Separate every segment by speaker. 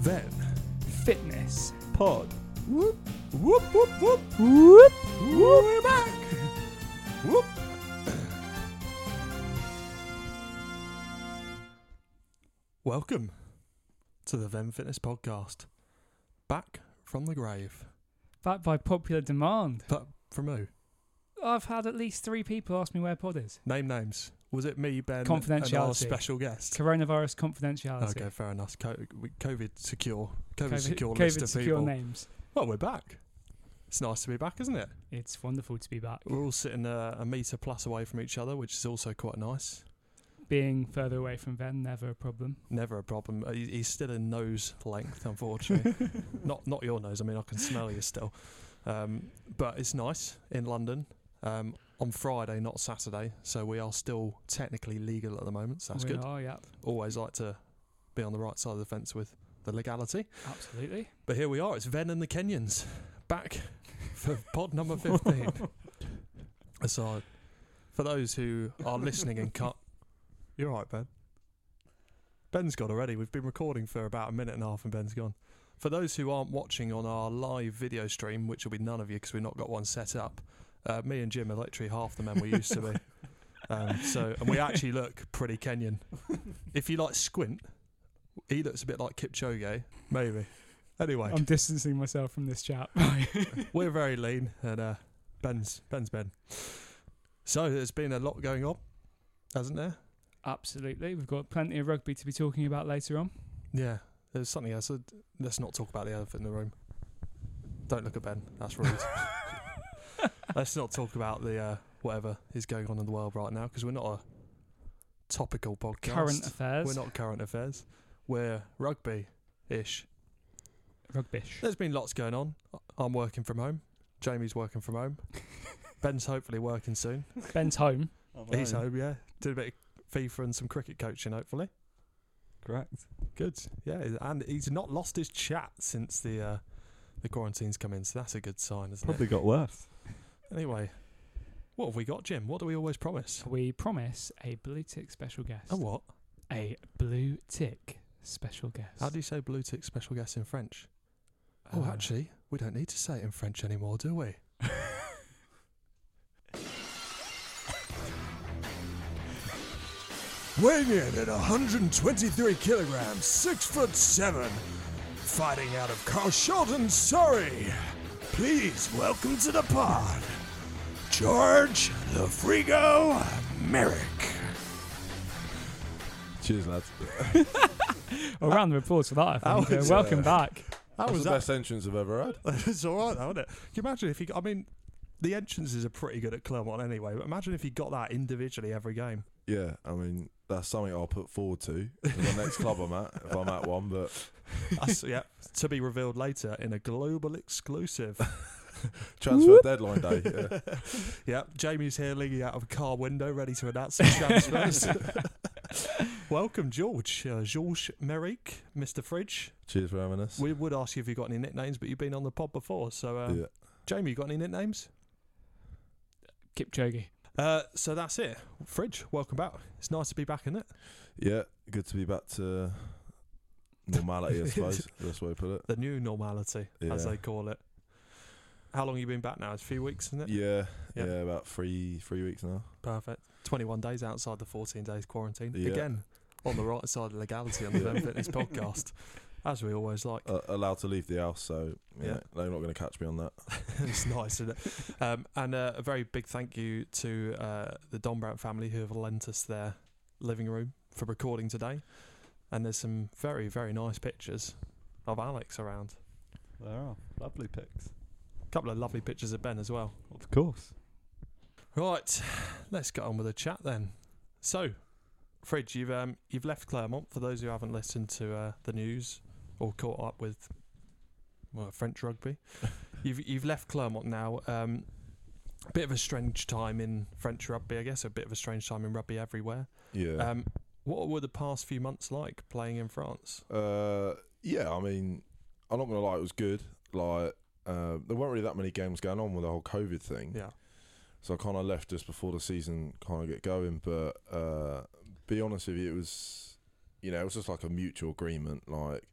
Speaker 1: Then,
Speaker 2: Fitness.
Speaker 1: pod. Whoop, whoop, whoop, whoop, whoop, whoop. We're back. Whoop. Welcome to the Then Fitness Podcast. Back from the grave.
Speaker 2: Back by popular demand.
Speaker 1: But from who?
Speaker 2: I've had at least three people ask me where pod is.
Speaker 1: Name names. Was it me, Ben, and our
Speaker 2: Confidentiality.
Speaker 1: special guest?
Speaker 2: Coronavirus confidentiality.
Speaker 1: Okay, fair enough. Co- we- COVID secure. COVID,
Speaker 2: COVID,
Speaker 1: secure
Speaker 2: COVID
Speaker 1: list of
Speaker 2: secure
Speaker 1: people.
Speaker 2: names.
Speaker 1: Well, we're back. It's nice to be back, isn't it?
Speaker 2: It's wonderful to be back.
Speaker 1: We're all sitting uh, a metre plus away from each other, which is also quite nice.
Speaker 2: Being further away from Ben, never a problem.
Speaker 1: Never a problem. Uh, he- He's still in nose length, unfortunately. not not your nose. I mean, I can smell you still. Um, but it's nice in London. Um, on Friday, not Saturday, so we are still technically legal at the moment. So that's
Speaker 2: we
Speaker 1: good.
Speaker 2: Are, yep,
Speaker 1: Always like to be on the right side of the fence with the legality.
Speaker 2: absolutely.
Speaker 1: But here we are. It's Ven and the Kenyans back for pod number 15. Aside, for those who are listening and cut. You're right, Ben. Ben's gone already. We've been recording for about a minute and a half and Ben's gone. For those who aren't watching on our live video stream, which will be none of you because we've not got one set up, uh, me and Jim are literally half the men we used to be. Um, so, and we actually look pretty Kenyan. If you like squint, he looks a bit like Kipchoge, maybe. Anyway,
Speaker 2: I'm distancing myself from this chap.
Speaker 1: we're very lean, and uh, Ben's Ben's Ben. So there's been a lot going on, hasn't there?
Speaker 2: absolutely. We've got plenty of rugby to be talking about later on.
Speaker 1: Yeah, there's something else. Uh, Let's not talk about the elephant in the room. Don't look at Ben. That's rude. Let's not talk about the uh, whatever is going on in the world right now because we're not a topical podcast.
Speaker 2: Current affairs.
Speaker 1: We're not current affairs. We're rugby ish.
Speaker 2: Rugbish.
Speaker 1: There's been lots going on. I'm working from home. Jamie's working from home. Ben's hopefully working soon.
Speaker 2: Ben's home.
Speaker 1: He's home, yeah. Did a bit of FIFA and some cricket coaching, hopefully.
Speaker 3: Correct.
Speaker 1: Good. Yeah, and he's not lost his chat since the uh, the quarantine's come in, so that's a good sign, isn't
Speaker 3: Probably got worse.
Speaker 1: it? Anyway, what have we got, Jim? What do we always promise?
Speaker 2: We promise a blue tick special guest.
Speaker 1: A Oh, what?
Speaker 2: A blue tick special guest.
Speaker 1: How do you say blue tick special guest in French? oh,
Speaker 2: Uh,
Speaker 1: actually, we don't need to say it in French anymore, do we? Weighing in at 123 kilograms, six foot seven, fighting out of Carl Shelton, Surrey. Please welcome to the pod, George the Frigo Merrick.
Speaker 3: Cheers, lads.
Speaker 2: A round of applause for that, I
Speaker 1: That
Speaker 2: think. Uh,
Speaker 1: was,
Speaker 2: welcome
Speaker 3: uh,
Speaker 2: back.
Speaker 1: That
Speaker 3: That's the best entrance I've ever had.
Speaker 1: it's all right, though, isn't it? Can you imagine if you? got- I mean, the entrances are pretty good at Clermont anyway. But imagine if you got that individually every game.
Speaker 3: Yeah, I mean that's something I'll put forward to for the next club I'm at if I'm at one. But
Speaker 1: That's, yeah, to be revealed later in a global exclusive.
Speaker 3: transfer deadline day. Yeah.
Speaker 1: yeah, Jamie's here, leaning out of a car window, ready to announce some transfers. Welcome, George, uh, George Merrick, Mister Fridge.
Speaker 3: Cheers for having us.
Speaker 1: We would ask you if you got any nicknames, but you've been on the pod before, so uh,
Speaker 3: yeah.
Speaker 1: Jamie, you got any nicknames?
Speaker 2: Kipchoge.
Speaker 1: Uh, so that's it. Fridge, welcome back. It's nice to be back, isn't it?
Speaker 3: yeah, good to be back to normality. I suppose that's the way I put it.
Speaker 1: the new normality, as
Speaker 3: Yeah. Mm.
Speaker 1: they call it. How long you been back now? It's a few weeks, isn't it?
Speaker 3: Yeah,
Speaker 1: Yeah.
Speaker 3: yeah, about three three weeks now.
Speaker 1: Perfect. 21 days outside the 14 days quarantine.
Speaker 3: Yeah.
Speaker 1: Again, on the right side of legality on the
Speaker 3: Yeah.
Speaker 1: Ben Fitness podcast, as we always like.
Speaker 3: Uh, allowed to leave the house, so yeah,
Speaker 1: Yeah.
Speaker 3: they're not going to catch me on that.
Speaker 1: it's nice, isn't it? Um, and uh, a very big thank you to uh, the Don Brown family who have lent us their living room for recording today. And there's some very, very nice pictures of Alex around.
Speaker 4: There are lovely picks.
Speaker 1: A couple of lovely pictures of Ben as well.
Speaker 4: Of course.
Speaker 1: Right, let's get on with the chat then. So, Fridge, you've um, you've left Clermont. For those who haven't listened to uh, the news or caught up with well, French rugby, you've you've left Clermont now. Um, a bit of a strange time in French rugby, I guess. A bit of a strange time in rugby everywhere.
Speaker 3: Yeah.
Speaker 1: Um, what were the past few months like playing in France?
Speaker 3: Uh, yeah, I mean, I'm not gonna lie, it was good. Like, uh, there weren't really that many games going on with the whole COVID thing,
Speaker 1: Yeah,
Speaker 3: so I kind of left just before the season kind of get going. But uh, be honest with you, it was, you know, it was just like a mutual agreement. Like,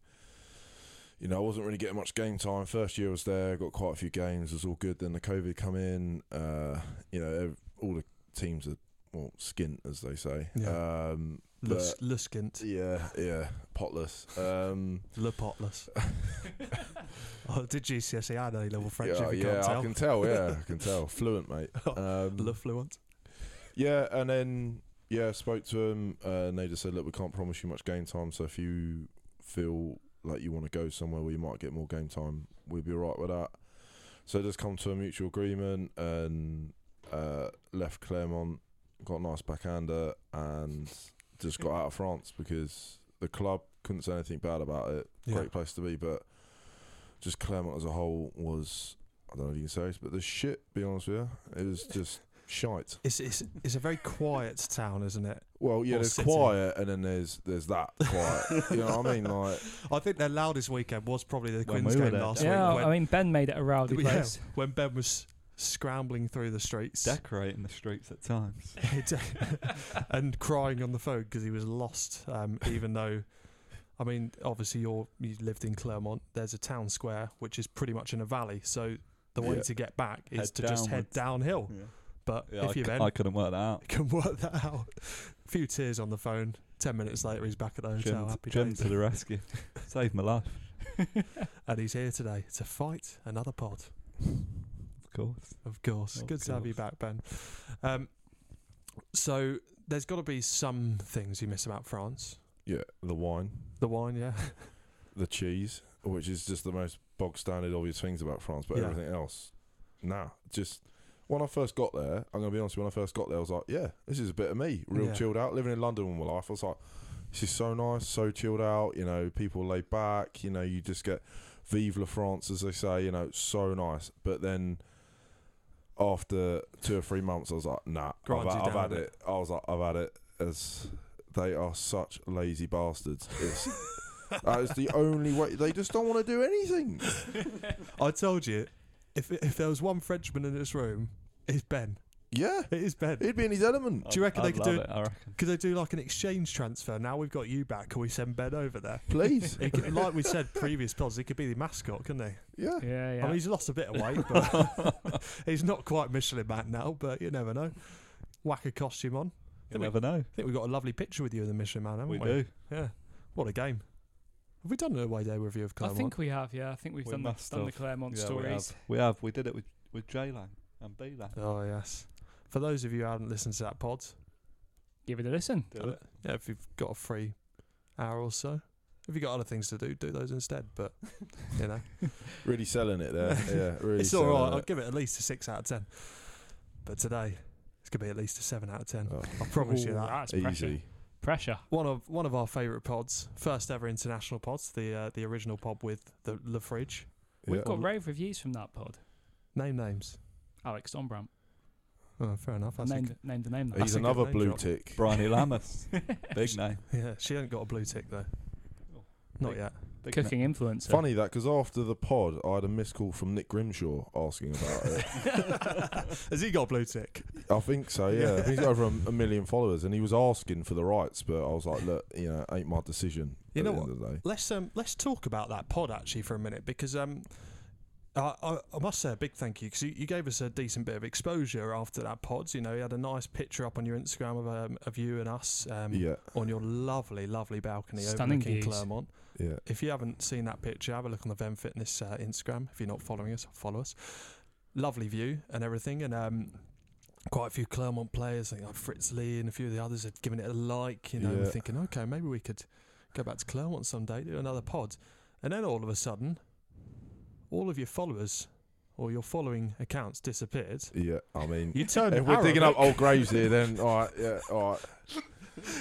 Speaker 3: you know, I wasn't really getting much game time. First year I was there, got quite a few games. It was all good. Then the COVID come in. Uh, you know, ev- all the teams are well skint as they say.
Speaker 1: Yeah.
Speaker 3: Um,
Speaker 1: Lus- Luskint.
Speaker 3: yeah, yeah, potless. Um,
Speaker 1: Le Potless. E, I did GCSE and A level French,
Speaker 3: yeah,
Speaker 1: if you
Speaker 3: yeah,
Speaker 1: can't
Speaker 3: I
Speaker 1: tell. Oh,
Speaker 3: can tell. Yeah, I can tell. Fluent, mate. Um,
Speaker 1: Le Fluent.
Speaker 3: Yeah, and then yeah, spoke to him, uh, and they just said, "Look, we can't promise you much game time. So if you feel like you want to go somewhere where you might get more game time, we'd be alright with that." So just come to a mutual agreement and uh, left Clermont, got a nice backhander, and just got out of France because the club couldn't say anything bad about it.
Speaker 1: Yeah.
Speaker 3: Great place to be, but just Clermont as a whole was. I don't know if you can say this, but the shit, be honest with you, it was just shite.
Speaker 1: It's, it's, it's a very quiet town, isn't it?
Speaker 3: Well, yeah,
Speaker 1: Or
Speaker 3: there's
Speaker 1: city.
Speaker 3: quiet, and then there's there's that quiet. you know what I mean? Like,
Speaker 1: I think their loudest weekend was probably the
Speaker 4: When
Speaker 1: Queen's
Speaker 4: we were
Speaker 1: game
Speaker 4: there.
Speaker 1: last
Speaker 2: yeah,
Speaker 1: week when,
Speaker 2: I mean Ben made it a rowdy
Speaker 1: Yeah.
Speaker 2: place.
Speaker 1: when Ben was scrambling through the streets
Speaker 4: Decorating the streets at times.
Speaker 1: and crying on the phone because he was lost. Um, even though, I mean, obviously you're you lived in Clermont. There's a town square which is pretty much in a valley, so the way
Speaker 3: Yeah.
Speaker 1: to get back is
Speaker 4: Head
Speaker 1: to just head downhill.
Speaker 4: Yeah.
Speaker 1: But
Speaker 4: Yeah, I,
Speaker 1: if you
Speaker 4: c-
Speaker 1: then
Speaker 4: I couldn't work that out.
Speaker 1: can work that out, a few tears on the phone. Ten minutes later, he's back at the hotel,
Speaker 4: Jim,
Speaker 1: happy
Speaker 4: Jim
Speaker 1: days,
Speaker 4: to the rescue. Saved my life,
Speaker 1: and he's here today to fight another pod.
Speaker 4: of course.
Speaker 1: Of course.
Speaker 4: Of
Speaker 1: Good to have you back, Ben. Um, so there's got to be some things you miss about France.
Speaker 3: yeah, the wine,
Speaker 1: The wine, yeah.
Speaker 3: the cheese, which is just the most bog standard obvious things about France. But
Speaker 1: Yeah.
Speaker 3: everything else, nah. Just when I first got there, I'm gonna be honest. When I first got there, I was like, yeah, this is a bit of me, real
Speaker 1: Yeah.
Speaker 3: chilled out, living in London all my life. I was like, this is so nice, so chilled out. You know, people laid back. You know, you just get vive la France, as they say. You know, so nice. But then. After two or three months, I was like, "Nah, I've,
Speaker 1: Grinds you
Speaker 3: I've
Speaker 1: down
Speaker 3: had
Speaker 1: a
Speaker 3: it.
Speaker 1: bit.
Speaker 3: I was like, "I've had it." As they are such lazy bastards. It's, that is the only way. They just don't want to do anything.
Speaker 1: I told you, if if there was one Frenchman in this room, it's Ben.
Speaker 3: Yeah,
Speaker 1: It is Ben.
Speaker 3: he'd be in his element.
Speaker 1: Do you reckon
Speaker 4: I'd
Speaker 1: they could
Speaker 4: love
Speaker 1: do-
Speaker 4: it? I reckon.
Speaker 1: Could they do like an exchange transfer? Now we've got you back. Can we send Ben over there?
Speaker 3: Please,
Speaker 1: It could, like we said previous pods, he could be the mascot, couldn't he?
Speaker 3: yeah.
Speaker 2: Yeah, yeah.
Speaker 1: I mean, Oh, he's lost a bit of weight, but he's not quite Michelin man now. But you never know. Whack a costume on.
Speaker 4: You
Speaker 1: we-
Speaker 4: never know.
Speaker 1: I think we've got a lovely picture with you in the Michelin man, haven't we?
Speaker 4: We do.
Speaker 1: Yeah. What a game. Have we done an away day review of
Speaker 2: I
Speaker 1: Clermont?
Speaker 2: think we have, yeah. I think we've
Speaker 4: We
Speaker 2: done, the,
Speaker 4: must
Speaker 2: done the
Speaker 4: have.
Speaker 2: Claremont
Speaker 4: Yeah, We
Speaker 2: stories.
Speaker 4: have. we have. We did it with with J Lang and B Lang.
Speaker 1: Oh yes. For those of you who haven't listened to that pod,
Speaker 2: Give it a listen.
Speaker 4: Did it.
Speaker 1: yeah, if you've got a free hour or so, if you've got other things to do, do those instead. But you know,
Speaker 3: Really selling it there. uh, Yeah, really.
Speaker 1: it's all
Speaker 3: selling
Speaker 1: right. I'll
Speaker 3: it.
Speaker 1: give it at least a six out of ten. But today, it's gonna be at least a seven out of ten.
Speaker 3: Oh,
Speaker 1: I promise you
Speaker 2: Ooh,
Speaker 1: that.
Speaker 2: That's pressure.
Speaker 3: easy.
Speaker 2: Pressure.
Speaker 1: One of one of our favourite pods, first ever international pods, the uh, the original pod with the Le Fridge.
Speaker 2: We've
Speaker 3: Yeah.
Speaker 2: got rave reviews from that pod.
Speaker 1: Name names.
Speaker 2: Alex Dombram.
Speaker 1: Oh, fair enough. That's a
Speaker 2: Named,
Speaker 1: g-
Speaker 2: named the name there.
Speaker 1: That's
Speaker 3: He's
Speaker 1: a good
Speaker 3: another
Speaker 1: name
Speaker 3: blue
Speaker 1: drop.
Speaker 3: tick.
Speaker 4: Bryony Lamus. Big name.
Speaker 1: yeah, she ain't got a blue tick though.
Speaker 4: Oh,
Speaker 1: Not
Speaker 4: big-
Speaker 1: yet.
Speaker 4: Big name.
Speaker 2: Cooking influencer.
Speaker 3: Funny that because after the pod, I had a missed call from Nick Grimshaw asking about it.
Speaker 1: Has he got a blue tick?
Speaker 3: I think so. Yeah, I think he's got over a, a million followers, and he was asking for the rights, but I was like, "Look, you know, ain't my decision."
Speaker 1: You
Speaker 3: at
Speaker 1: know
Speaker 3: the
Speaker 1: what?
Speaker 3: End of the day.
Speaker 1: Let's um let's talk about that pod actually for a minute because um I, I, I must say a big thank you because you, you gave us a decent bit of exposure after that pod. You know, you had a nice picture up on your Instagram of um, of you and us um,
Speaker 3: Yeah,
Speaker 1: on your lovely, lovely balcony
Speaker 2: Stunning
Speaker 1: overlooking
Speaker 2: views.
Speaker 1: Clermont.
Speaker 3: yeah.
Speaker 1: If you haven't seen that picture, have a look on the Ven Fitness uh, Instagram. If you're not following us, follow us. Lovely view and everything, and um, quite a few Clermont players, I think like Fritz Lee and a few of the others, had given it a like. You know, and
Speaker 3: Yeah.
Speaker 1: thinking, okay, maybe we could go back to Clermont someday, do another pod, and then all of a sudden, all of your followers or your following accounts disappeared.
Speaker 3: Yeah, I mean,
Speaker 1: You turned.
Speaker 3: if we're digging up
Speaker 1: Arabic.
Speaker 3: old graves here, then all right, yeah, all right,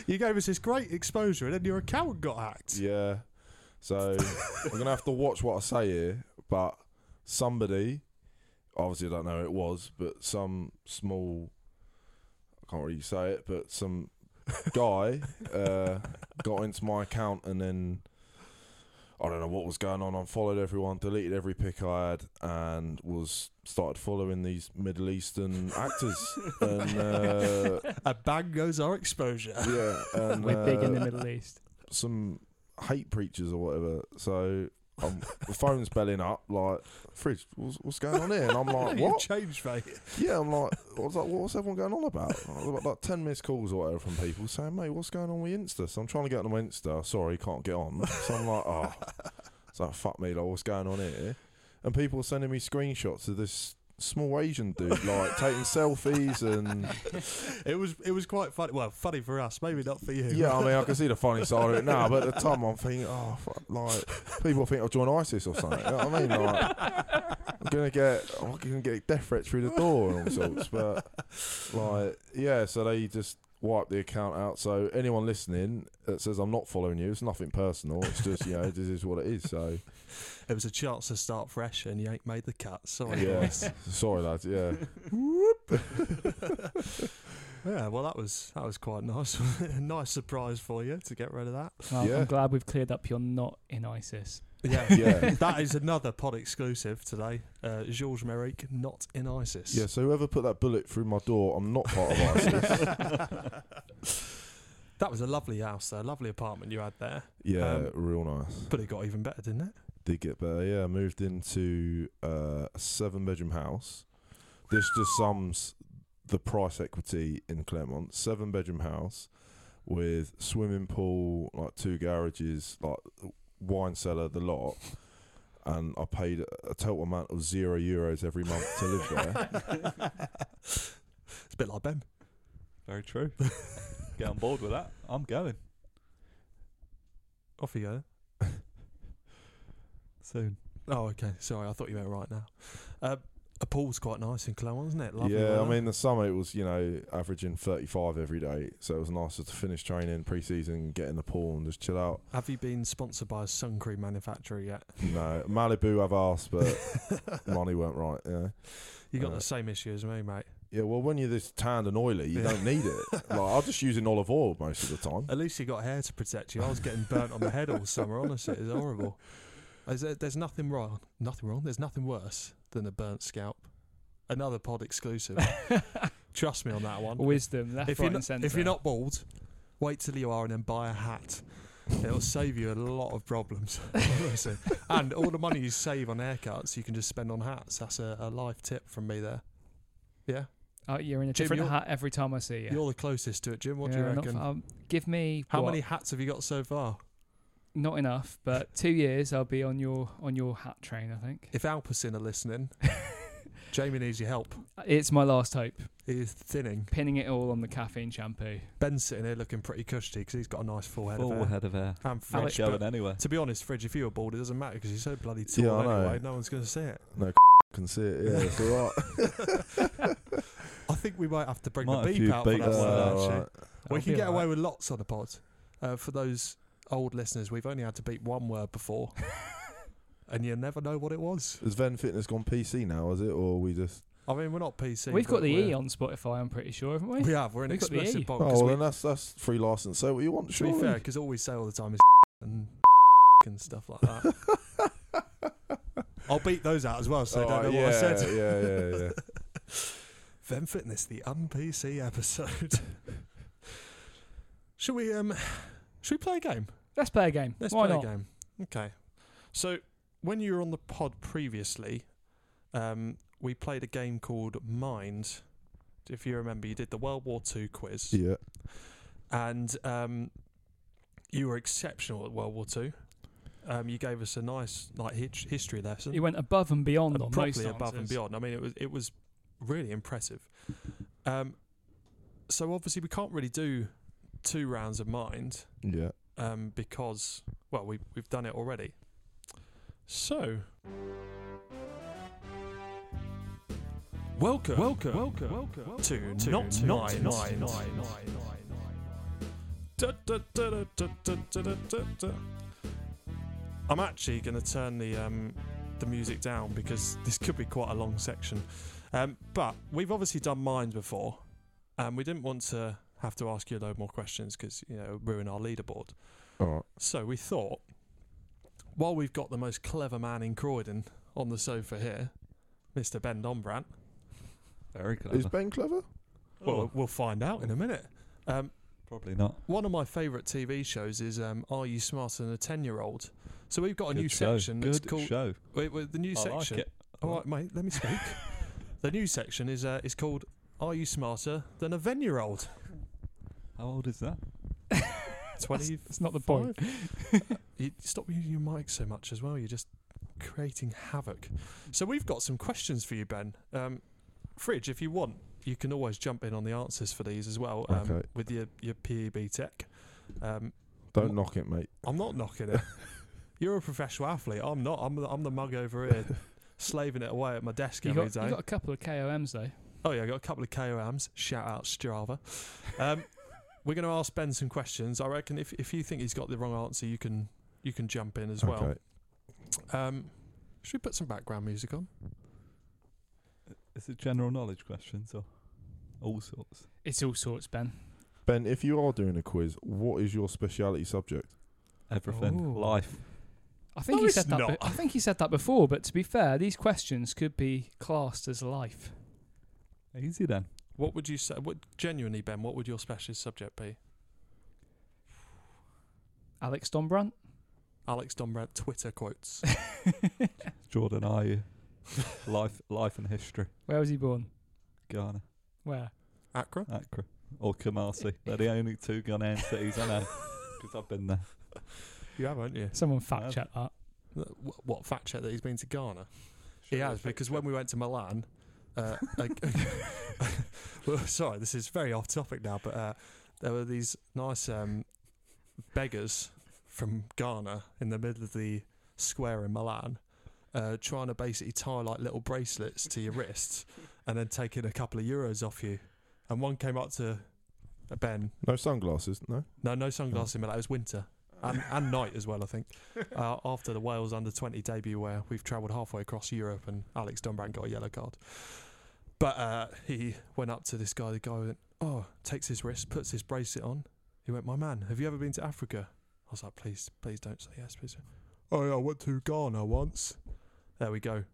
Speaker 1: you gave us this great exposure, and then your account got hacked.
Speaker 3: yeah. So I'm gonna have to watch what I say here, but somebody, obviously I don't know who it was, but some small, I can't really say it, but some guy uh, got into my account and then I don't know what was going on. I followed everyone, deleted every pic I had, and was started following these Middle Eastern actors. and uh,
Speaker 1: A bang goes our exposure.
Speaker 3: yeah, and
Speaker 2: We're big in the
Speaker 3: uh,
Speaker 2: Middle East.
Speaker 3: some hate preachers or whatever. So I'm, the phone's belling up, like, fridge, what's, what's going on here? And I'm like,
Speaker 1: You
Speaker 3: what?
Speaker 1: changed, mate.
Speaker 3: Yeah, I'm like, I was like, what's everyone going on about? I was about, like ten missed calls or whatever from people saying, mate, what's going on with Insta? So I'm trying to get on my Insta. Sorry, can't get on. So I'm like, oh, so like, fuck me, like, what's going on here? And people are sending me screenshots of this small Asian dude, like taking selfies and
Speaker 1: It was it was quite funny. Well, funny for us, maybe not for you.
Speaker 3: yeah. I mean, I can see the funny side of it now, but at the time I'm thinking, oh, fuck, like people think I'll join ISIS or something. You know what I mean? Like, I'm gonna get I'm gonna get death threats through the door and all sorts. But like, yeah, so they just wipe the account out. So anyone listening that says I'm not following you, it's nothing personal. It's just you know this is what it is. So
Speaker 1: It was a chance to start fresh, and you ain't made the cut. Sorry,
Speaker 3: yeah,
Speaker 1: guys.
Speaker 3: sorry lads. Yeah,
Speaker 1: yeah. Well, that was that was quite nice. nice surprise for you to get rid of that.
Speaker 2: Well,
Speaker 3: Yeah.
Speaker 2: I'm glad we've cleared up. You're not in ISIS.
Speaker 1: Yeah,
Speaker 3: Yeah.
Speaker 1: that is another pod exclusive today. Uh, Georges Merrick, not in ISIS.
Speaker 3: yeah. So whoever put that bullet through my door, I'm not part of ISIS.
Speaker 1: Um, that was a lovely house, though. Lovely apartment you had there.
Speaker 3: Yeah,
Speaker 1: Um,
Speaker 3: real nice.
Speaker 1: But it got even better, didn't it?
Speaker 3: Did get better, yeah. Moved into uh, a seven bedroom house. This just sums the price equity in Claremont. Seven bedroom house with swimming pool, like two garages, like wine cellar, the lot. And I paid a total amount of zero euros every month to live there.
Speaker 1: It's a bit like Ben.
Speaker 4: Very true. Get on board with that. I'm going
Speaker 1: Off you go.
Speaker 4: soon.
Speaker 1: Oh, okay. Sorry, I thought you meant right now. Uh, a pool's quite nice in Clermont, isn't it? Lovely
Speaker 3: yeah, I
Speaker 1: weather.
Speaker 3: mean the summer it was you know averaging thirty five every day, so it was nice just to finish training, pre season, get in the pool and just chill out.
Speaker 1: Have you been sponsored by a sun cream manufacturer yet?
Speaker 3: No, Malibu I've asked, but money weren't right. Yeah,
Speaker 1: You got
Speaker 3: Uh,
Speaker 1: the same issue as me, mate.
Speaker 3: yeah. Well, when you're this tanned and oily, you
Speaker 1: Yeah.
Speaker 3: don't need it. Like I'm just using olive oil most of the time.
Speaker 1: At least you got hair to protect you. I was getting burnt on the head all summer. Honestly, it's horrible. Is there- There's nothing wrong. Nothing wrong. There's nothing worse than a burnt scalp. Another pod exclusive. Trust me on that one.
Speaker 2: Wisdom, left,
Speaker 1: if
Speaker 2: right,
Speaker 1: you're
Speaker 2: and
Speaker 1: not,
Speaker 2: centre.
Speaker 1: if you're not bald, wait till you are and then buy a hat. It'll save you a lot of problems. honestly. and all the money you save on haircuts, you can just spend on hats. That's a, a life tip from me there. Yeah,
Speaker 2: Oh, you're in a
Speaker 1: Jim,
Speaker 2: different
Speaker 1: you're-
Speaker 2: hat every time I see you.
Speaker 1: you're the closest to it, Jim. What do
Speaker 2: Yeah,
Speaker 1: you
Speaker 2: not
Speaker 1: reckon?
Speaker 2: f- um, give me
Speaker 1: How
Speaker 2: what?
Speaker 1: many hats have you got so far?
Speaker 2: Not enough, but two years I'll be on your on your hat train. I think
Speaker 1: If Alperson are listening, Jamie needs your help.
Speaker 2: it's my last hope.
Speaker 1: He is thinning.
Speaker 2: Pinning it all on the caffeine shampoo.
Speaker 1: Ben's sitting here looking pretty cushy because he's got a nice full head
Speaker 4: Full
Speaker 1: of hair.
Speaker 4: head of hair.
Speaker 1: And
Speaker 4: Not
Speaker 1: Fridge,
Speaker 4: going
Speaker 1: but
Speaker 4: anywhere.
Speaker 1: to be honest, Fridge, if you were bald, it doesn't matter because you're so bloody tall
Speaker 3: Yeah, I know.
Speaker 1: anyway. No one's going to see it.
Speaker 3: No, can see it. Yeah, it's all right.
Speaker 1: I think we might have to bring the
Speaker 4: Might a
Speaker 1: beep
Speaker 4: few
Speaker 1: out for that
Speaker 4: beeps
Speaker 1: one,
Speaker 4: out.
Speaker 3: Uh,
Speaker 1: actually.
Speaker 3: alright.
Speaker 1: We
Speaker 2: That'll
Speaker 1: can
Speaker 2: be
Speaker 1: get
Speaker 2: all
Speaker 1: away
Speaker 2: right.
Speaker 1: with lots on the pod. Uh, for those old listeners, we've only had to beat one word before, and you never know what it was.
Speaker 3: Has Ven Fitness gone PC now? Is it, or we just?
Speaker 1: I mean, we're not PC.
Speaker 2: We've got
Speaker 1: but
Speaker 2: the
Speaker 1: we're,
Speaker 2: E on Spotify. I'm pretty sure, haven't we?
Speaker 1: We have. We're an
Speaker 2: We've got the
Speaker 1: explicit
Speaker 2: E.
Speaker 3: Oh,
Speaker 1: podcast.
Speaker 3: well,
Speaker 1: we,
Speaker 3: then that's that's free license. Say what you want.
Speaker 1: to be
Speaker 3: surely.
Speaker 1: fair, because all we say all the time is and and stuff like that. I'll beat those out as well, so they don't know
Speaker 3: Alright,
Speaker 1: what I said.
Speaker 3: Oh, Yeah, yeah, yeah.
Speaker 1: Fem Fitness, the un-PC episode. should we um, should we play a game?
Speaker 2: Let's play a game.
Speaker 1: Let's
Speaker 2: Why
Speaker 1: play
Speaker 2: not?
Speaker 1: a game. Okay. So when you were on the pod previously, um, we played a game called Mind. If you remember, you did the World War Two quiz,
Speaker 3: yeah.
Speaker 1: and um, you were exceptional at World War Two. Um, you gave us a nice like hitch history lesson,
Speaker 2: You went above and beyond
Speaker 1: and
Speaker 2: on
Speaker 1: properly
Speaker 2: most
Speaker 1: above and
Speaker 2: answers.
Speaker 1: beyond. I mean, it was it was really impressive. Um, so obviously we can't really do two rounds of Mind
Speaker 3: Yeah.
Speaker 1: um, because well we we've done it already. So welcome, welcome, welcome, welcome to not mine. Da, da, da, da, da, da, da, da, da, da. I'm actually going to turn the um, the music down because this could be quite a long section. Um, but we've obviously done mines before, and we didn't want to have to ask you a load more questions because you know it would ruin our leaderboard.
Speaker 3: All right.
Speaker 1: So we thought, while we've got the most clever man in Croydon on the sofa here, Mr. Ben Dombrandt,
Speaker 4: Very
Speaker 3: Is
Speaker 4: clever.
Speaker 3: Ben clever?
Speaker 4: Oh.
Speaker 1: well, we'll find out in a minute. Um,
Speaker 4: Probably not.
Speaker 1: One of my favourite TV shows is um, Are You Smarter Than a Ten Year Old? So we've got a new
Speaker 4: Good show.
Speaker 1: section that's
Speaker 4: Good
Speaker 1: called
Speaker 4: show.
Speaker 1: wait, wait, the new
Speaker 4: I like
Speaker 1: section.
Speaker 4: it.
Speaker 1: All right, mate, let me speak. the new section is uh, is called "Are You Smarter Than a Ven Year Old?"
Speaker 4: How old is that?
Speaker 1: Twenty.
Speaker 2: It's not the point.
Speaker 1: you stop using your mic so much as well. You're just creating havoc. So we've got some questions for you, Ben. Um, Fridge, if you want, you can always jump in on the answers for these as well um,
Speaker 3: Okay.
Speaker 1: with your your PEB tech. Um,
Speaker 3: Don't knock it, mate.
Speaker 1: I'm not knocking it. You're a professional athlete. I'm not. I'm the, I'm the mug over here, slaving it away at my desk
Speaker 2: You
Speaker 1: every day.
Speaker 2: got, you got a couple of KOMs though.
Speaker 1: Oh yeah, I got a couple of KOMs. Shout out Strava. Um, we're going to ask Ben some questions. I reckon if if you think he's got the wrong answer, you can you can jump in as well.
Speaker 3: Okay.
Speaker 1: Um, should we put some background music on?
Speaker 4: Is it general knowledge questions or all sorts?
Speaker 2: It's all sorts, Ben.
Speaker 3: Ben, if you are doing a quiz, what is your speciality subject?
Speaker 4: Everything.
Speaker 2: Ooh.
Speaker 4: Life.
Speaker 2: I think
Speaker 1: No,
Speaker 2: he
Speaker 1: it's
Speaker 2: said that.
Speaker 1: not.
Speaker 2: be- I think he said that before. But to be fair, these questions could be classed as life.
Speaker 4: Easy then.
Speaker 1: What would you say? What genuinely, Ben? What would your specialist subject be?
Speaker 2: Alex Donbrant.
Speaker 1: Alex Donbrad Twitter quotes.
Speaker 4: Jordan, are you? life, life and history.
Speaker 2: Where was he born?
Speaker 4: Ghana,
Speaker 2: Where?
Speaker 1: Accra.
Speaker 4: Accra, or Kumasi. They're the only two Ghanaian cities I know because I've been there.
Speaker 1: You have, haven't you?
Speaker 2: Someone fact
Speaker 4: I've-
Speaker 2: check that.
Speaker 1: What, what fact check that he's been to Ghana? He has because when we went to Milan, uh, like, well, sorry, this is very off topic now, but uh, there were these nice um, beggars from Ghana in the middle of the square in Milan, uh, trying to basically tie like little bracelets to your wrists and then taking a couple of euros off you. And one came up to Ben.
Speaker 3: No sunglasses, no?
Speaker 1: No, no sunglasses in Milan. It was winter. And, and night as well, I think. Uh, after the Wales under 20 debut, where we've travelled halfway across Europe and Alex Dunbrand got a yellow card. But uh, he went up to this guy. The guy went, Oh, takes his wrist, puts his bracelet on. He went, My man, have you ever been to Africa? I was like, Please, please don't say yes, please. Oh, yeah, I went to Ghana once. There we go.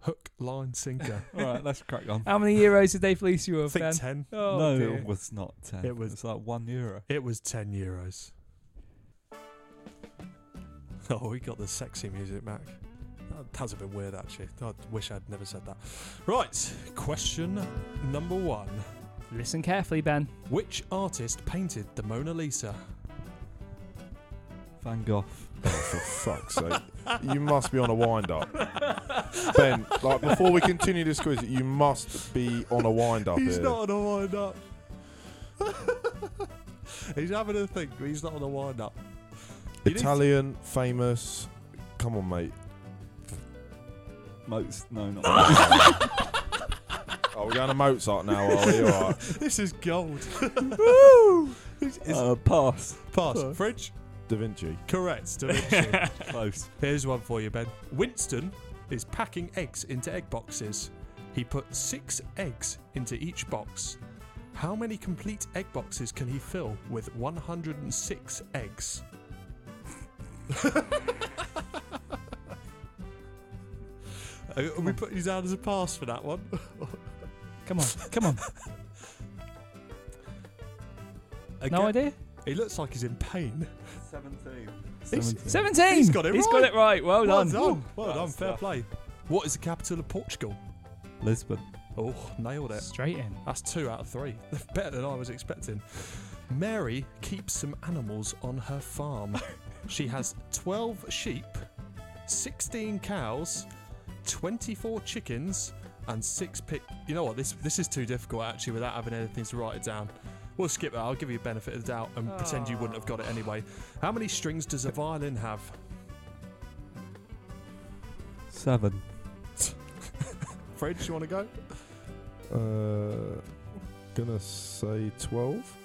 Speaker 1: Hook, line, sinker.
Speaker 4: All right, let's crack on.
Speaker 2: How many euros did they fleece you
Speaker 1: I
Speaker 2: of,
Speaker 1: think
Speaker 2: Ben?
Speaker 1: 10.
Speaker 2: Oh,
Speaker 4: no,
Speaker 2: dear.
Speaker 4: it was not ten.
Speaker 1: It was-
Speaker 4: It's like one euro.
Speaker 1: It was 10 euros. Oh, we got the sexy music, Mac. That has a bit weird, actually. I wish I'd never said that. Right, question number one
Speaker 2: Listen carefully, Ben.
Speaker 1: Which artist painted the Mona Lisa?
Speaker 4: Van Gogh.
Speaker 3: Oh, for fuck's sake. You must be on a wind up. Ben, like before we continue this quiz, you must be on a wind up
Speaker 1: He's
Speaker 3: here.
Speaker 1: not on a wind up. he's having a think, but he's not on a wind up. You need to-
Speaker 3: Italian, famous. Come on, mate.
Speaker 4: Most no, not. Mozart.
Speaker 3: Oh, we're going to Mozart now, are we? All right.
Speaker 1: This is gold. It's- it's-
Speaker 4: uh, pass.
Speaker 1: pass.
Speaker 3: uh.
Speaker 1: Fridge?
Speaker 3: Da Vinci.
Speaker 1: Correct. Da Vinci.
Speaker 4: Close.
Speaker 1: Here's one for you, Ben. Winston is packing eggs into egg boxes. He put six eggs into each box. How many complete egg boxes can he fill with 106 eggs? Uh, Are we putting you down as a pass for that one?
Speaker 2: Come on, come on. No idea.
Speaker 1: He looks like he's in pain.
Speaker 4: Seventeen.
Speaker 2: Seventeen.
Speaker 1: He's got it
Speaker 2: He's
Speaker 1: right.
Speaker 2: got it right. Well,
Speaker 1: well
Speaker 2: done.
Speaker 1: done. Well
Speaker 4: Well
Speaker 1: done. Fair
Speaker 4: stuff.
Speaker 1: play. What is the capital of Portugal?
Speaker 4: Lisbon.
Speaker 1: Oh, nailed it.
Speaker 2: Straight in.
Speaker 1: That's two out of three. Better than I was expecting. Mary keeps some animals on her farm. she has 12 sheep, 16 cows, 24 chickens, and six pig. You know what? This this is too difficult actually without having anything to write it down. We'll skip that. I'll give you a benefit of the doubt and pretend you wouldn't have got it anyway. How many strings does a violin have?
Speaker 4: Seven.
Speaker 1: Fred, do you want to go?
Speaker 3: Uh, gonna say 12.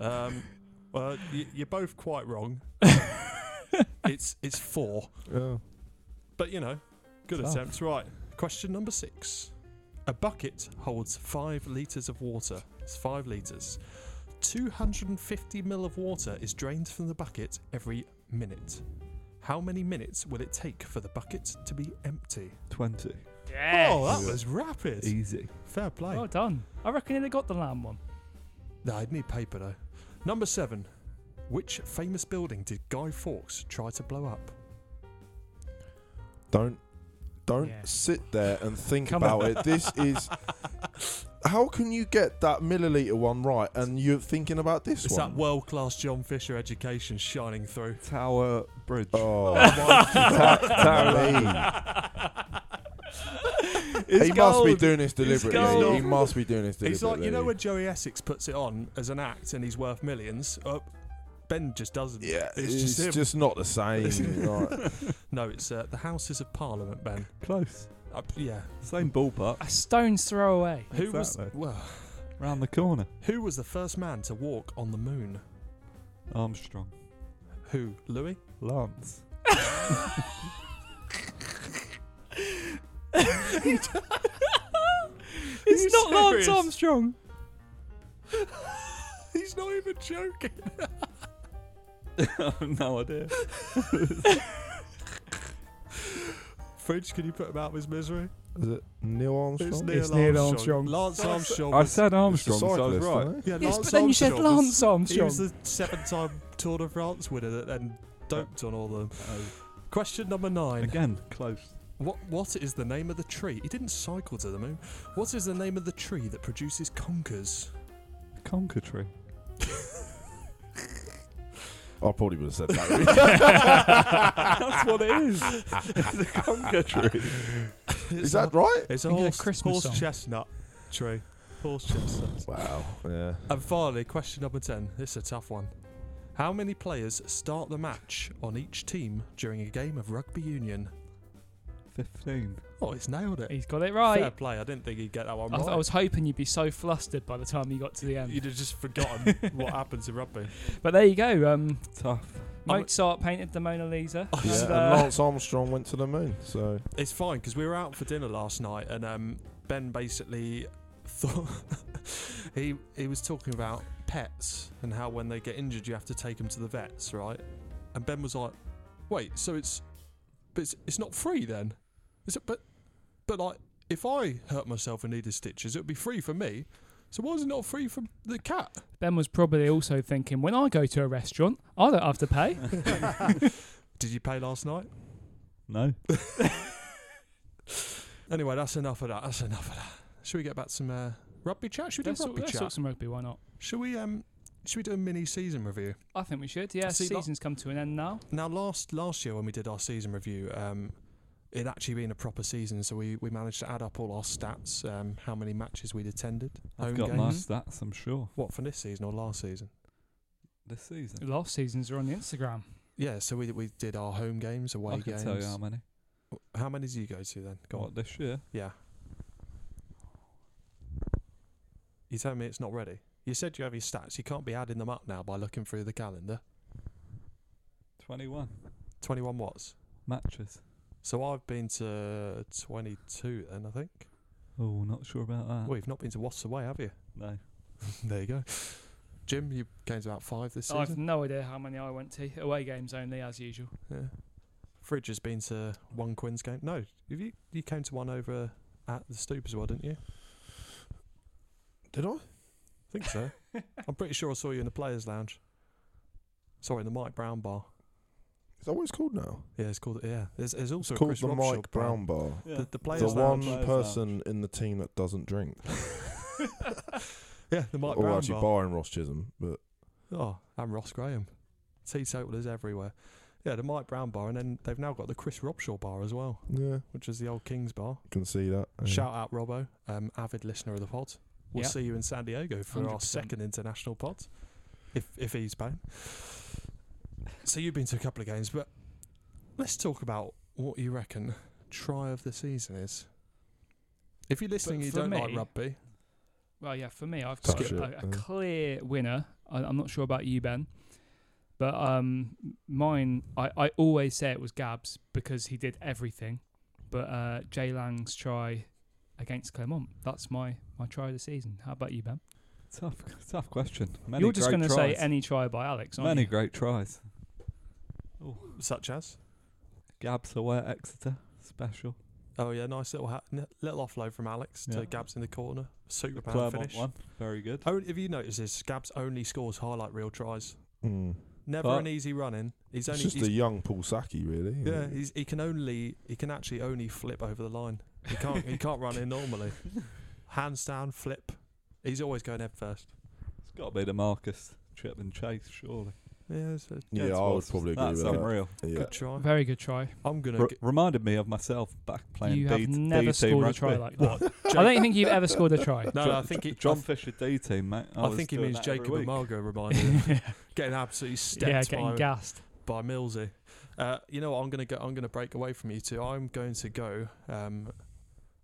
Speaker 1: Um, well, you, you're both quite wrong. it's it's four.
Speaker 3: Yeah.
Speaker 1: But you know, good
Speaker 4: Tough.
Speaker 1: attempts. Right. Question number six. A bucket holds five litres of water. It's five litres. 250 mil of water is drained from the bucket every minute. How many minutes will it take for the bucket to be empty?
Speaker 4: Twenty.
Speaker 2: Yes.
Speaker 1: Oh, that
Speaker 3: Yeah.
Speaker 1: was rapid.
Speaker 4: Easy.
Speaker 1: Fair play.
Speaker 2: Oh. Well done. I reckon they got the lamb one.
Speaker 1: No, I'd need paper though. Number seven. Which famous building did Guy Fawkes try to blow up?
Speaker 3: Don't don't
Speaker 2: Yeah.
Speaker 3: sit there and think
Speaker 2: Come
Speaker 3: about it. This is how can you get that milliliter one right and you're thinking about this
Speaker 1: It's
Speaker 3: one?
Speaker 1: that world class John Fisher education shining through.
Speaker 4: Tower Bridge.
Speaker 3: Oh, Tally.
Speaker 4: It's
Speaker 3: he must be
Speaker 4: gold.
Speaker 3: doing this
Speaker 4: It's
Speaker 3: deliberately. He
Speaker 1: gold.
Speaker 3: must be doing this deliberately.
Speaker 1: It's like you know when Joey Essex puts it on as an act and he's worth millions. Uh, ben just doesn't.
Speaker 3: yeah,
Speaker 1: it's, just, him.
Speaker 3: not the same. like,
Speaker 1: No, it's uh, the Houses of Parliament, Ben.
Speaker 4: Close.
Speaker 1: Uh, yeah.
Speaker 4: Same ballpark.
Speaker 2: A stone's throw away.
Speaker 1: Who was
Speaker 4: Exactly.
Speaker 1: well?
Speaker 4: Round the corner.
Speaker 1: Who was the first man to walk on the moon?
Speaker 4: Armstrong.
Speaker 1: Who? Louis?
Speaker 4: Lance.
Speaker 2: It's
Speaker 1: you
Speaker 2: not Lance
Speaker 1: serious?
Speaker 2: Armstrong.
Speaker 1: He's not even joking.
Speaker 4: no idea.
Speaker 1: Fridge, can you put him out of his misery?
Speaker 3: is it Neil Armstrong?
Speaker 2: It's Neil Armstrong.
Speaker 1: Lance Armstrong.
Speaker 4: I
Speaker 1: was-
Speaker 4: said
Speaker 3: It's a
Speaker 4: Armstrong, so I was
Speaker 3: cyclist,
Speaker 4: right.
Speaker 3: isn't it?
Speaker 1: yeah, Lance
Speaker 2: Yes, but then you said
Speaker 1: Armstrong was-
Speaker 2: Lance
Speaker 1: He was
Speaker 2: Armstrong.
Speaker 1: the seven-time Tour de France winner that then doped on all of them.
Speaker 4: Oh,
Speaker 1: Question number nine.
Speaker 4: Again, close.
Speaker 1: What What is the name of the tree? He didn't cycle to the moon. What is the name of the tree that produces conkers?
Speaker 4: Conker tree.
Speaker 3: I probably would have said that.
Speaker 4: That's what it is. it's a conker tree.
Speaker 3: is that right?
Speaker 1: It's a
Speaker 2: Think of a
Speaker 1: horse,
Speaker 2: Christmas
Speaker 1: horse
Speaker 2: song.
Speaker 1: chestnut tree. Horse chestnut.
Speaker 3: Wow. Yeah.
Speaker 1: and finally, question number 10. This is a tough one. How many players start the match on each team during a game of rugby union?
Speaker 4: 15.
Speaker 1: Oh, it's nailed it.
Speaker 2: He's got it
Speaker 1: Fair
Speaker 2: right.
Speaker 1: play. I didn't think he'd get that one
Speaker 2: I,
Speaker 1: right. Um,
Speaker 2: th- I was hoping you'd be so flustered by the time you got to the end.
Speaker 1: You'd have just forgotten what happens in rugby.
Speaker 2: But there you go. Um,
Speaker 4: Tough.
Speaker 2: Mozart painted the Mona Lisa.
Speaker 1: I
Speaker 3: Yeah.
Speaker 1: was-
Speaker 2: And,
Speaker 3: And
Speaker 2: uh,
Speaker 3: Lance Armstrong went to the moon. So
Speaker 1: It's fine because we were out for dinner last night, and um, Ben basically thought he he was talking about pets and how when they get injured you have to take them to the vets, right? And Ben was like, "Wait, so it's but it's, it's not free then? Is it? But but like if I hurt myself and needed stitches, it would be free for me. So why is it not free for the cat?"
Speaker 2: ben was probably also thinking, when I go to a restaurant, I don't have to pay.
Speaker 1: Did you pay last night?
Speaker 4: No.
Speaker 1: Anyway, that's enough of that. That's enough of that. Should we get back to some uh, rugby chat? Should we
Speaker 2: Let's
Speaker 1: do
Speaker 2: talk,
Speaker 1: rugby
Speaker 2: let's
Speaker 1: chat?
Speaker 2: talk some rugby. Why not?
Speaker 1: Should we um should we do a mini season review?
Speaker 2: I think we should. Yeah,
Speaker 1: See, like-
Speaker 2: season's come to an end now.
Speaker 1: Now last last year when we did our season review, um it actually been a proper season, so we, we managed to add up all our stats, um, how many matches we'd attended,
Speaker 4: I've
Speaker 1: home
Speaker 4: got
Speaker 1: games.
Speaker 4: my stats, I'm sure.
Speaker 1: What from this season or last season?
Speaker 4: This season.
Speaker 2: Last seasons are on the Instagram.
Speaker 1: Yeah, so we we did our home games, away
Speaker 4: I can
Speaker 1: games.
Speaker 4: tell you how many.
Speaker 1: How many did you go to then? Go on.
Speaker 4: What, this year?
Speaker 1: Yeah. You tell me it's not ready. You said you have your stats. You can't be adding them up now by looking through the calendar.
Speaker 4: 21
Speaker 1: Twenty-one watts.
Speaker 4: matches.
Speaker 1: So I've been to 22 then, I think.
Speaker 4: Oh, not sure about
Speaker 3: Ah.
Speaker 4: that.
Speaker 1: Well, you've not been to Watts Away, have you?
Speaker 4: No.
Speaker 1: there you go. Jim, you came to about five this
Speaker 2: Oh, I've
Speaker 1: season.
Speaker 2: no idea how many I went to. Away games only, as usual.
Speaker 1: Yeah. Fridge has been to one Quinn's game. No, have you you came to one over at the Stoop as well, didn't you?
Speaker 3: did I?
Speaker 1: I think so. I'm pretty sure I saw you in the Players Lounge. Sorry, in the Mike Brown bar.
Speaker 3: Is that what it's called now?
Speaker 1: Yeah, it's called. Yeah, there's, there's also
Speaker 3: It's
Speaker 1: a
Speaker 3: called
Speaker 1: Chris
Speaker 3: the
Speaker 1: Rob
Speaker 3: Mike
Speaker 1: shop
Speaker 3: Brown Bar.
Speaker 1: The- the
Speaker 3: The
Speaker 1: Players Lounge.
Speaker 3: one
Speaker 1: Players
Speaker 3: person in the team that doesn't drink.
Speaker 1: Yeah, the Mike
Speaker 3: or
Speaker 1: Brown
Speaker 3: Oh, actually,
Speaker 1: bar.
Speaker 3: barring Ross Chisholm, but
Speaker 1: Oh, and Ross Graham. Teetotalers everywhere. Yeah, the Mike Brown bar, and then they've now got the Chris Robshaw bar as well,
Speaker 3: yeah,
Speaker 1: which is the old King's bar.
Speaker 3: can see that. Yeah.
Speaker 1: Shout out Robbo, um, avid listener of the pod. We'll
Speaker 2: Oh, Yeah.
Speaker 1: see you in San Diego for our
Speaker 2: 100%.
Speaker 1: second international pod, if if he's paying. So you've been to a couple of games, but let's talk about what you reckon try of the season is. If you're listening, and you
Speaker 2: for
Speaker 1: don't like
Speaker 2: me-
Speaker 1: rugby.
Speaker 2: Well, yeah, for me, I've
Speaker 3: Touch
Speaker 2: got a,
Speaker 3: it,
Speaker 2: a
Speaker 3: yeah.
Speaker 2: clear winner. I, I'm not sure about you, Ben, but um, mine. I, I always say it was Gabs because he did everything. But uh, Jay Lang's try against Clermont. That's my my try of the season. How about you, Ben?
Speaker 4: Tough, tough question. Many
Speaker 2: You're just
Speaker 4: going to
Speaker 2: say any try by Alex, aren't
Speaker 4: Many
Speaker 2: you?
Speaker 4: great tries.
Speaker 1: Such as
Speaker 4: Gabs away at Exeter. Special.
Speaker 1: Oh yeah, nice little ha- n- little offload from Alex
Speaker 4: Yeah.
Speaker 1: to Gabs in the corner.
Speaker 4: The
Speaker 1: Superman
Speaker 4: Clermont
Speaker 1: finish.
Speaker 4: one, very good.
Speaker 1: Oh, have you noticed this? Gabs only scores highlight reel tries.
Speaker 3: Mm.
Speaker 1: Never
Speaker 4: But-
Speaker 1: an easy run in. He's
Speaker 3: It's
Speaker 1: only
Speaker 3: just
Speaker 1: he's,
Speaker 3: a young Paul Saki, really.
Speaker 1: yeah. He's, he can only he can actually only flip over the line. He can't he can't run in normally. Hands down, flip. He's always going head first.
Speaker 4: It's got to be the Marcus trip and chase, surely.
Speaker 1: Yeah, it's a
Speaker 3: Yeah,
Speaker 4: it's
Speaker 3: I would
Speaker 4: what's-
Speaker 3: probably agree
Speaker 4: That's
Speaker 3: with that.
Speaker 4: unreal.
Speaker 3: yeah.
Speaker 1: good try.
Speaker 2: Very good try.
Speaker 1: I'm gonna.
Speaker 4: R-
Speaker 1: g-
Speaker 4: reminded me of myself back playing
Speaker 2: you
Speaker 4: D,
Speaker 2: have never
Speaker 4: D team
Speaker 2: scored a
Speaker 4: rugby.
Speaker 2: try like that.
Speaker 1: Jake-
Speaker 2: I don't think you've ever scored a try.
Speaker 1: no,
Speaker 4: Jo-
Speaker 1: no, I think he,
Speaker 4: John Fisher D team, mate.
Speaker 1: I,
Speaker 4: I, was
Speaker 1: think he
Speaker 4: doing
Speaker 1: means
Speaker 4: that every
Speaker 1: Jacob and
Speaker 4: week.
Speaker 1: Margo reminded him.
Speaker 2: yeah,
Speaker 1: getting absolutely stepped
Speaker 2: yeah,
Speaker 1: by,
Speaker 2: getting gassed.
Speaker 1: by Millsy. Uh, you know what? I'm gonna go. I'm gonna break away from you two. I'm going to go. Um,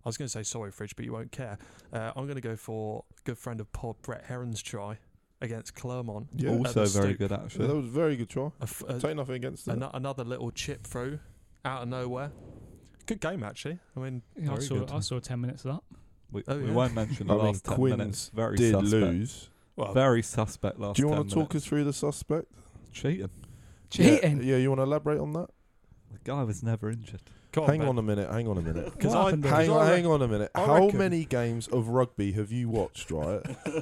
Speaker 1: I was going to say sorry, Fridge, but you won't care. Uh, I'm going to go for good friend of Pod Brett Heron's try against Clermont.
Speaker 3: Yeah.
Speaker 4: Also
Speaker 1: at the
Speaker 4: very
Speaker 1: Stoop.
Speaker 4: good,
Speaker 3: So that
Speaker 4: actually.
Speaker 3: was a very good try.
Speaker 1: A f- a-
Speaker 3: Take nothing against it.
Speaker 1: an- another little chip through out of nowhere. Good game, actually. I mean,
Speaker 2: I
Speaker 4: Very
Speaker 2: saw,
Speaker 4: good.
Speaker 2: I saw 10 minutes of that.
Speaker 4: We,
Speaker 1: Oh,
Speaker 4: we
Speaker 1: yeah.
Speaker 4: won't mention the
Speaker 3: I mean,
Speaker 4: last 10
Speaker 3: Quinns
Speaker 4: minutes. Very
Speaker 3: Did
Speaker 4: suspect.
Speaker 3: lose.
Speaker 1: well,
Speaker 4: Very suspect last
Speaker 3: Do you
Speaker 4: want
Speaker 3: want to talk us through the suspect?
Speaker 4: Cheating.
Speaker 2: Cheating.
Speaker 3: Yeah, yeah you want to elaborate on that?
Speaker 4: The guy was never injured.
Speaker 1: come
Speaker 3: hang
Speaker 1: Ben.
Speaker 3: on a minute. Hang on a minute.
Speaker 2: What
Speaker 1: I-
Speaker 2: happened there?
Speaker 1: because
Speaker 3: Hang,
Speaker 1: I re-
Speaker 3: hang on a minute.
Speaker 1: I
Speaker 3: How
Speaker 1: reckon-
Speaker 3: many games of rugby have you watched, right,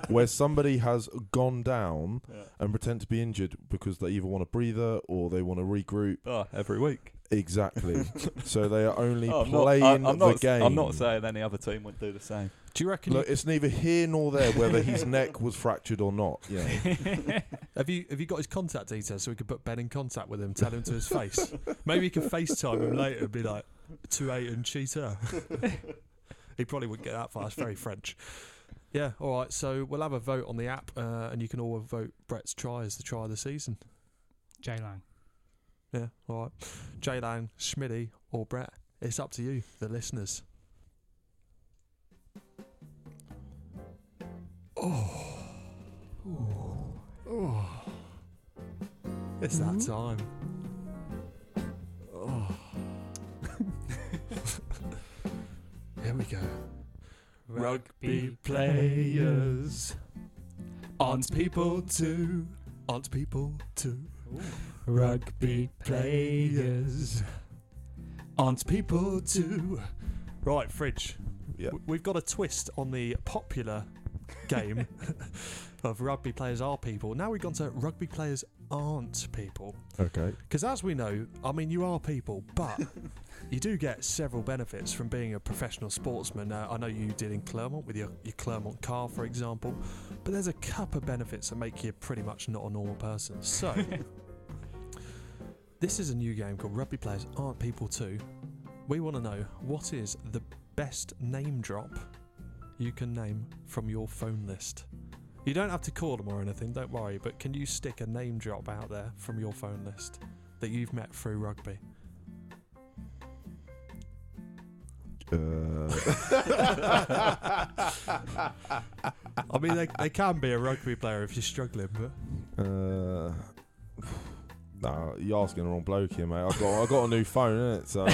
Speaker 3: where somebody has gone down and pretend to be injured because they either want a breather or they want to regroup?
Speaker 4: Oh, every week.
Speaker 3: Exactly. so they are only
Speaker 4: Oh, I'm not- I-
Speaker 3: playing
Speaker 4: I'm
Speaker 3: the
Speaker 4: not, s-
Speaker 3: game.
Speaker 4: I'm not saying any other team would do the same.
Speaker 1: Do you reckon?
Speaker 3: Look, it's neither here nor there whether his neck was fractured or not. You know.
Speaker 1: you, have you have you got his contact details so we could put Ben in contact with him? Tell him to his face. Maybe you can FaceTime him later and be like, to eight and cheater. he probably wouldn't get that far. It's very French. Yeah, all right. So we'll have a vote on the app, uh, and you can all vote Brett's try as the try of the season.
Speaker 2: J Lang.
Speaker 1: Yeah, all right. J Lang, Schmidty, or Brett. It's up to you, the listeners. Oh. Oh. It's that time. Oh. Here we go. Rugby players aren't people too. Aren't people too. Rugby players aren't people too. Right, Fridge.
Speaker 3: Yeah.
Speaker 1: w- We've got a twist on the popular game of rugby players are people. Now we've gone to rugby players aren't people.
Speaker 3: Okay.
Speaker 1: Because as we know, I mean, you are people, but you do get several benefits from being a professional sportsman. Uh, I know you did in Clermont with your, your Clermont car, for example, but there's a couple of benefits that make you pretty much not a normal person. So, this is a new game called Rugby Players Aren't People Too. We want to know what is the best name drop you can name from your phone list? You don't have to call them or anything, don't worry, but can you stick a name drop out there from your phone list that you've met through rugby?
Speaker 3: Uh,
Speaker 1: I mean, they, they can be a rugby player if you're struggling, but
Speaker 3: Uh, nah, you're asking the wrong bloke here, mate. I got I got a new phone, innit? So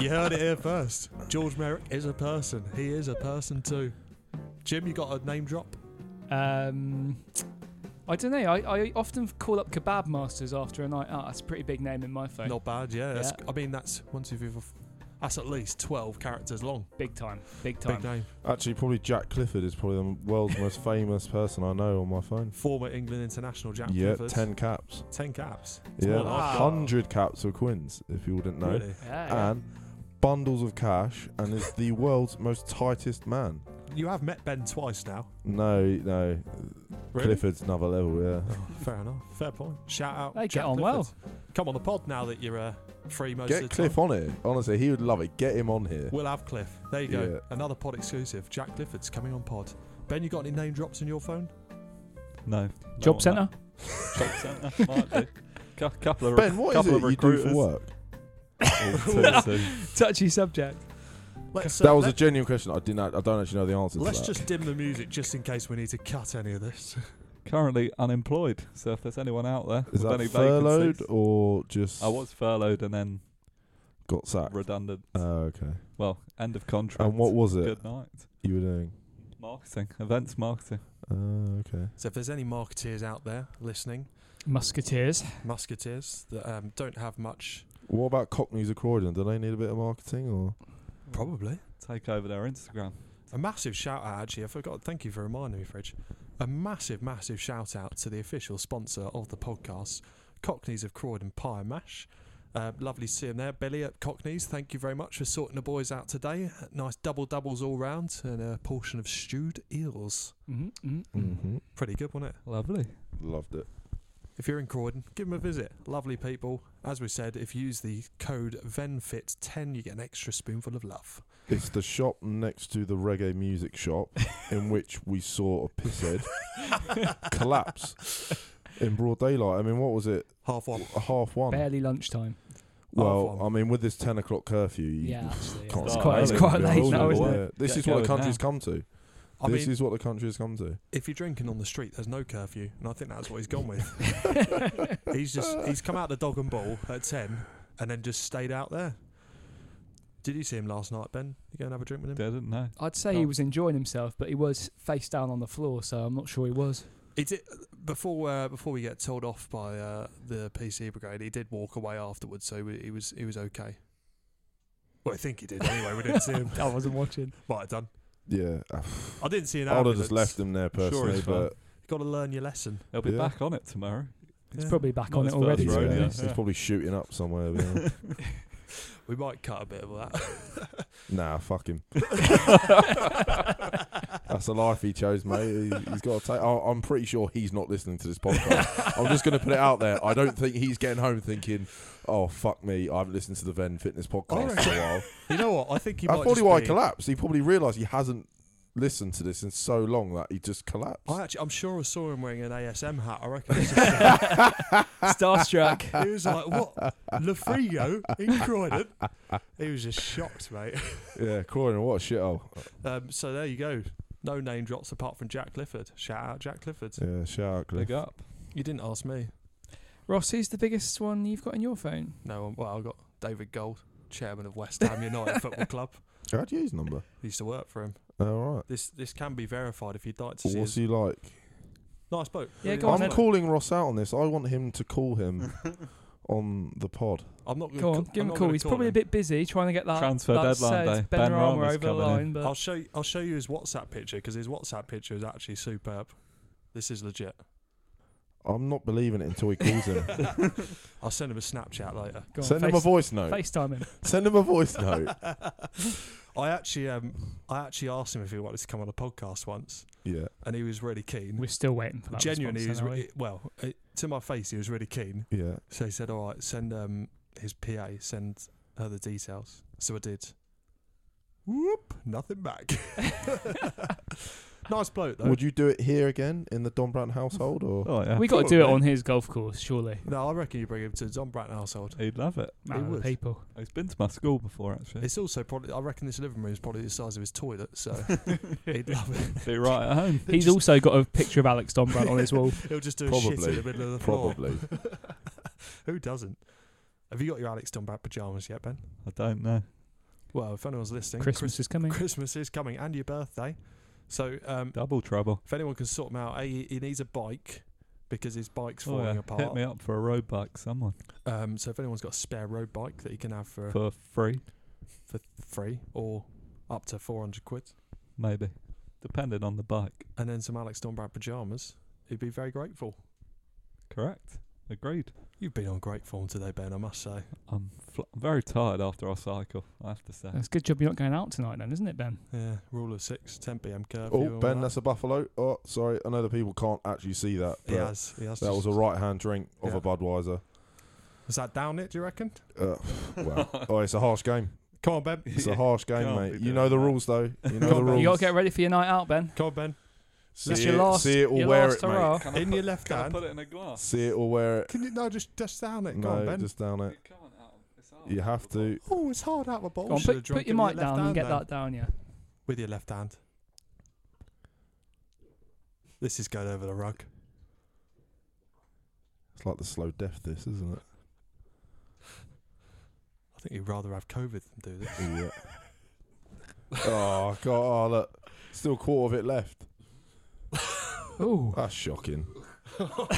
Speaker 1: you heard it here first. George Merrick is a person. He is a person too. Jim, you got a name drop?
Speaker 2: Um, I don't know. I, I often call up Kebab Masters after a night out. That's a pretty big name in my phone.
Speaker 1: Not bad, yeah. That's, I mean, that's one, two, three, four. f- That's at least twelve characters long.
Speaker 2: Big time. Big time.
Speaker 1: Big name.
Speaker 3: actually, probably Jack Clifford is probably the world's most famous person I know on my phone.
Speaker 1: Former England international Jack
Speaker 3: yeah,
Speaker 1: Clifford.
Speaker 3: ten caps.
Speaker 1: Ten caps. It's
Speaker 3: Yeah,
Speaker 1: more than I've got.
Speaker 3: hundred caps for Quins, if you all didn't know.
Speaker 1: Really?
Speaker 2: Yeah, yeah.
Speaker 3: And bundles of cash, and is the world's most tightest man.
Speaker 1: You have met Ben twice now.
Speaker 3: No, no,
Speaker 1: Really?
Speaker 3: Clifford's another level. Yeah.
Speaker 1: Oh, fair enough. Fair point. Shout out.
Speaker 2: They
Speaker 1: Jack
Speaker 2: get on
Speaker 1: Clifford.
Speaker 2: well.
Speaker 1: Come on the pod now that you're uh, free most of
Speaker 3: Get
Speaker 1: the
Speaker 3: Cliff
Speaker 1: time.
Speaker 3: on it. Honestly, he would love it. Get him on here.
Speaker 1: We'll have Cliff. There you go.
Speaker 3: Yeah.
Speaker 1: Another pod exclusive. Jack Clifford's coming on pod. Ben, you got any name drops in your phone?
Speaker 4: No. no
Speaker 2: Job
Speaker 4: one
Speaker 2: centre.
Speaker 4: knows. Job centre. Might do. Cou- couple of
Speaker 3: Ben, what is
Speaker 4: couple
Speaker 3: it
Speaker 4: of
Speaker 3: you do for
Speaker 4: recruiters.
Speaker 3: work? Oh,
Speaker 4: All two, two.
Speaker 2: Touchy subject.
Speaker 1: Let's, uh,
Speaker 3: that was a
Speaker 1: let,
Speaker 3: genuine question. I didn't. act- I don't actually know the answer.
Speaker 1: Let's
Speaker 3: to that.
Speaker 1: just dim the music just in case we need to cut any of this.
Speaker 4: Currently unemployed. So if there's anyone out there with
Speaker 3: Is that
Speaker 4: any
Speaker 3: furloughed
Speaker 4: vacancies,
Speaker 3: or just
Speaker 4: I was furloughed and then
Speaker 3: got sacked?
Speaker 4: redundant.
Speaker 3: Oh, okay.
Speaker 4: well, end of contract.
Speaker 3: And what was it
Speaker 4: Good night.
Speaker 3: you were doing?
Speaker 4: Marketing, events marketing.
Speaker 3: Oh, okay.
Speaker 1: So if there's any marketeers out there listening,
Speaker 2: Musketeers.
Speaker 1: musketeers that um, don't have much,
Speaker 3: What about Cockneys of Croydon? Do they need a bit of marketing or?
Speaker 1: Probably.
Speaker 4: Take over their Instagram.
Speaker 1: A massive shout out, actually. I forgot. Thank you for reminding me, Fridge. A massive, massive shout out to the official sponsor of the podcast, Cockneys of Croydon Pie Mash. Uh, lovely to see him there. Billy at Cockneys, thank you very much for sorting the boys out today. Nice double doubles all round and a portion of stewed eels.
Speaker 2: Mm-hmm, mm
Speaker 3: Mm-hmm.
Speaker 1: Pretty good, wasn't it?
Speaker 4: Lovely.
Speaker 3: Loved it.
Speaker 1: If you're in Croydon, give them a visit. Lovely people. As we said, if you use the code VENFIT10, you get an extra spoonful of love.
Speaker 3: It's the shop next to the reggae music shop in which we saw a pisshead collapse in broad daylight. I mean, what was it?
Speaker 1: Half one.
Speaker 3: A half one.
Speaker 2: Barely lunchtime.
Speaker 3: Well,
Speaker 1: Half
Speaker 3: I
Speaker 1: one.
Speaker 3: mean, with this ten o'clock curfew, you
Speaker 2: Yeah, actually.
Speaker 3: can't
Speaker 2: It's
Speaker 4: start
Speaker 2: quite, it's
Speaker 4: early.
Speaker 2: quite
Speaker 4: Yeah,
Speaker 2: late
Speaker 4: all
Speaker 2: now,
Speaker 4: the
Speaker 2: isn't
Speaker 4: way.
Speaker 2: it?
Speaker 3: Yeah, This
Speaker 4: Get
Speaker 3: is what
Speaker 4: going
Speaker 3: the country's
Speaker 4: now.
Speaker 3: come to.
Speaker 1: I
Speaker 3: this
Speaker 1: mean,
Speaker 3: is what the country has come to.
Speaker 1: if you're drinking on the street, there's no curfew, and I think that's what he's gone with. he's just he's come out the dog and ball at ten, and then just stayed out there. Did you see him last night, Ben? You go and have a drink with him.
Speaker 4: Didn't know.
Speaker 2: I'd say he was enjoying himself, but he was face down on the floor, so I'm not sure he was.
Speaker 1: He did before uh, before we get told off by uh, the PC brigade. He did walk away afterwards, so he he was he was okay. Well, I think he did anyway. We didn't see him. Oh,
Speaker 2: I wasn't watching.
Speaker 1: Might have done.
Speaker 3: Yeah,
Speaker 1: I didn't see an.
Speaker 3: I'd have
Speaker 1: ambulance.
Speaker 3: just left him there
Speaker 4: Sure
Speaker 3: personally,
Speaker 4: it's
Speaker 3: but
Speaker 1: Got to learn your lesson.
Speaker 4: He'll be
Speaker 3: Yeah.
Speaker 4: back on it tomorrow.
Speaker 2: It's
Speaker 1: Yeah.
Speaker 2: probably back
Speaker 4: Not
Speaker 2: on it
Speaker 4: his
Speaker 2: already.
Speaker 4: first
Speaker 3: he's,
Speaker 2: to be
Speaker 4: rodeo.
Speaker 2: honest.
Speaker 3: he's
Speaker 4: yeah.
Speaker 3: probably shooting up somewhere. you know.
Speaker 1: We might cut a bit of that.
Speaker 3: nah, fuck him. That's the life he chose, mate. He- He's got to take. I- I'm pretty sure he's not listening to this podcast. I'm just going to put it out there. I don't think he's getting home thinking, "Oh fuck me, I haven't listened to the Ven Fitness podcast for a while."
Speaker 1: you know what? I think Oh, he
Speaker 3: That's
Speaker 1: might.
Speaker 3: probably
Speaker 1: just
Speaker 3: why
Speaker 1: be-
Speaker 3: he collapsed. He probably realised he hasn't listened to this in so long that he just collapsed.
Speaker 1: I actually, I'm sure I saw him wearing an ASM hat. I reckon. it's just-
Speaker 2: Starstruck.
Speaker 1: he was like, "What? Lafrigo in Croydon?" He was just shocked, mate.
Speaker 3: yeah, Croydon, what a shithole.
Speaker 1: Um, so there you go. No name drops apart from Jack Clifford. Shout out Jack Clifford.
Speaker 3: Yeah, shout out, Cliff.
Speaker 4: Big up.
Speaker 1: You didn't ask me.
Speaker 2: Ross, who's the biggest one you've got in your phone?
Speaker 1: No, um, well, I got David Gold, chairman of West Ham United Football Club.
Speaker 3: How'd you use number?
Speaker 1: Used to work for him.
Speaker 3: All right.
Speaker 1: This this can be verified if you'd like to see.
Speaker 3: What's
Speaker 1: His
Speaker 3: he like?
Speaker 1: nice boat.
Speaker 2: Yeah, go
Speaker 1: nice
Speaker 2: on
Speaker 3: I'm
Speaker 2: then.
Speaker 1: bloke.
Speaker 3: calling Ross out on this. I want him to call him on the pod.
Speaker 1: I'm not gonna
Speaker 2: Go on,
Speaker 1: ca- Mm,
Speaker 2: give
Speaker 1: I'm
Speaker 2: him
Speaker 1: not
Speaker 2: a call.
Speaker 1: gonna
Speaker 2: He's probably
Speaker 1: him.
Speaker 2: a bit busy trying to get that
Speaker 4: Transfer
Speaker 2: that
Speaker 4: deadline
Speaker 2: said
Speaker 4: day.
Speaker 2: Ben
Speaker 4: Ben
Speaker 2: Rama
Speaker 4: Rahma's
Speaker 2: over the
Speaker 4: coming
Speaker 2: line, but
Speaker 1: I'll show you, I'll show you his WhatsApp picture because his WhatsApp picture is actually superb. This is legit.
Speaker 3: I'm not believing it until he calls him.
Speaker 1: I'll send him a Snapchat later.
Speaker 2: go on,
Speaker 3: Send him a
Speaker 2: face-
Speaker 3: voice note.
Speaker 2: FaceTime him.
Speaker 3: Send him a voice note.
Speaker 1: I actually um I actually asked him if he wanted to come on a podcast once,
Speaker 3: Yeah.
Speaker 1: and he was really keen.
Speaker 2: We're still waiting for that.
Speaker 1: Genuinely, he
Speaker 2: response,
Speaker 1: was
Speaker 2: then, aren't we?
Speaker 1: re- well uh, to my face. He was really keen,
Speaker 3: Yeah.
Speaker 1: so he said, "All right, send um his PA, send her the details." So I did. Whoop, nothing back. nice bloke though.
Speaker 3: Would you do it here again in the Don Brandt household or
Speaker 4: Oh, yeah.
Speaker 2: we got to do it on his golf course, surely.
Speaker 1: no, I reckon you bring him to the Don Bratton household.
Speaker 4: He'd love it.
Speaker 2: Man of the
Speaker 1: would.
Speaker 2: people.
Speaker 4: He's been to my school before, actually.
Speaker 1: It's also probably I reckon this living room is probably the size of his toilet, so he'd love it.
Speaker 4: Be right at home.
Speaker 2: He's
Speaker 1: Just-
Speaker 2: also got a picture of Alex Donbrand on his wall.
Speaker 1: He'll just do a shit in
Speaker 3: Probably.
Speaker 1: the middle of the floor.
Speaker 3: probably?
Speaker 1: Who doesn't? Have you got your Alex Dunbar pajamas yet, Ben?
Speaker 4: I don't know.
Speaker 1: Well, if anyone's listening,
Speaker 2: Christmas is coming.
Speaker 1: Chris- Christmas is coming and your birthday. So, um,
Speaker 4: Double trouble.
Speaker 1: if anyone can sort him out, a he needs a bike because his bike's
Speaker 4: Oh,
Speaker 1: falling
Speaker 4: yeah. Hit me
Speaker 1: apart.
Speaker 4: up for a road bike, someone.
Speaker 1: Um, so, if anyone's got a spare road bike that he can have for
Speaker 4: For free,
Speaker 1: for free or up to four hundred quid,
Speaker 4: maybe. Depending on the bike.
Speaker 1: and then some Alex Dunbar pajamas, he'd be very grateful.
Speaker 4: Correct. Agreed.
Speaker 1: You've been on great form today, Ben. I must say.
Speaker 4: I'm, fl- I'm very tired after I cycle, I have to say.
Speaker 2: That's a good job you're not going out tonight, then, isn't it, Ben?
Speaker 1: Yeah, rule of six, 10 p.m. curfew.
Speaker 3: Oh,
Speaker 1: all
Speaker 3: Ben,
Speaker 1: that.
Speaker 3: that's a buffalo. Oh, sorry. I know the people can't actually see that,
Speaker 1: he
Speaker 3: but
Speaker 1: has. He has.
Speaker 3: that was
Speaker 1: just-
Speaker 3: a right hand drink of
Speaker 1: Yeah.
Speaker 3: a Budweiser.
Speaker 1: Is that down it? Do you reckon?
Speaker 3: Uh, wow. oh, it's a harsh game.
Speaker 1: Come on, Ben.
Speaker 3: It's a harsh game,
Speaker 4: Can't
Speaker 3: mate.
Speaker 4: be
Speaker 3: You know
Speaker 4: doing
Speaker 3: the
Speaker 4: that.
Speaker 3: rules, though. You know
Speaker 1: Come
Speaker 3: the
Speaker 1: on, Ben.
Speaker 3: rules.
Speaker 2: You got to get ready for your night out, Ben.
Speaker 1: Come on, Ben.
Speaker 3: see
Speaker 2: That's
Speaker 3: it,
Speaker 2: your last-
Speaker 3: see it or
Speaker 2: your
Speaker 3: wear
Speaker 2: last
Speaker 3: it, mate.
Speaker 2: hurrah.
Speaker 4: Can I
Speaker 1: In
Speaker 4: put-
Speaker 1: your left
Speaker 4: Can I
Speaker 1: hand.
Speaker 4: put it in a glass?
Speaker 3: See it or wear it.
Speaker 1: Can you no just just down it? Go
Speaker 3: No,
Speaker 1: on, Ben.
Speaker 3: just down it.
Speaker 4: You can't out. It's hard.
Speaker 3: You have to.
Speaker 1: Oh, it's hard out my balls.
Speaker 2: Go on, put, put your mic down and get that down, yeah.
Speaker 1: with your left hand. This is going over the rug.
Speaker 3: It's like the slow death, this, isn't it?
Speaker 1: I think you'd rather have COVID than do this.
Speaker 3: Yeah. oh god! Oh look, still quarter of it left.
Speaker 2: Ooh.
Speaker 3: That's shocking.
Speaker 1: Well,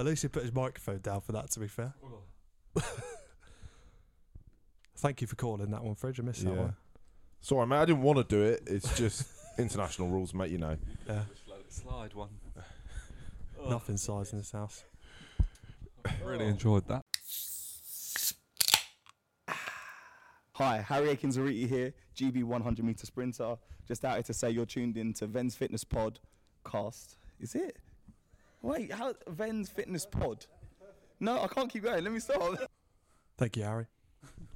Speaker 1: at least he put his microphone down for that. To be fair, Thank you for calling that one, Fridge. I missed that
Speaker 3: Yeah.
Speaker 1: one.
Speaker 3: Sorry, mate. I didn't want to do it. It's just international rules, mate. You know.
Speaker 1: Yeah.
Speaker 4: Just let it slide one.
Speaker 1: Nothing size in this house.
Speaker 4: Really enjoyed that.
Speaker 5: Hi, Harry Akinzariti here, GB 100 meter sprinter. Just out here to say you're tuned in to Ven's Fitness Pod cast. Is it? Wait, how Ven's Fitness Pod? No, I can't keep going. Let me stop.
Speaker 1: Thank you, Harry.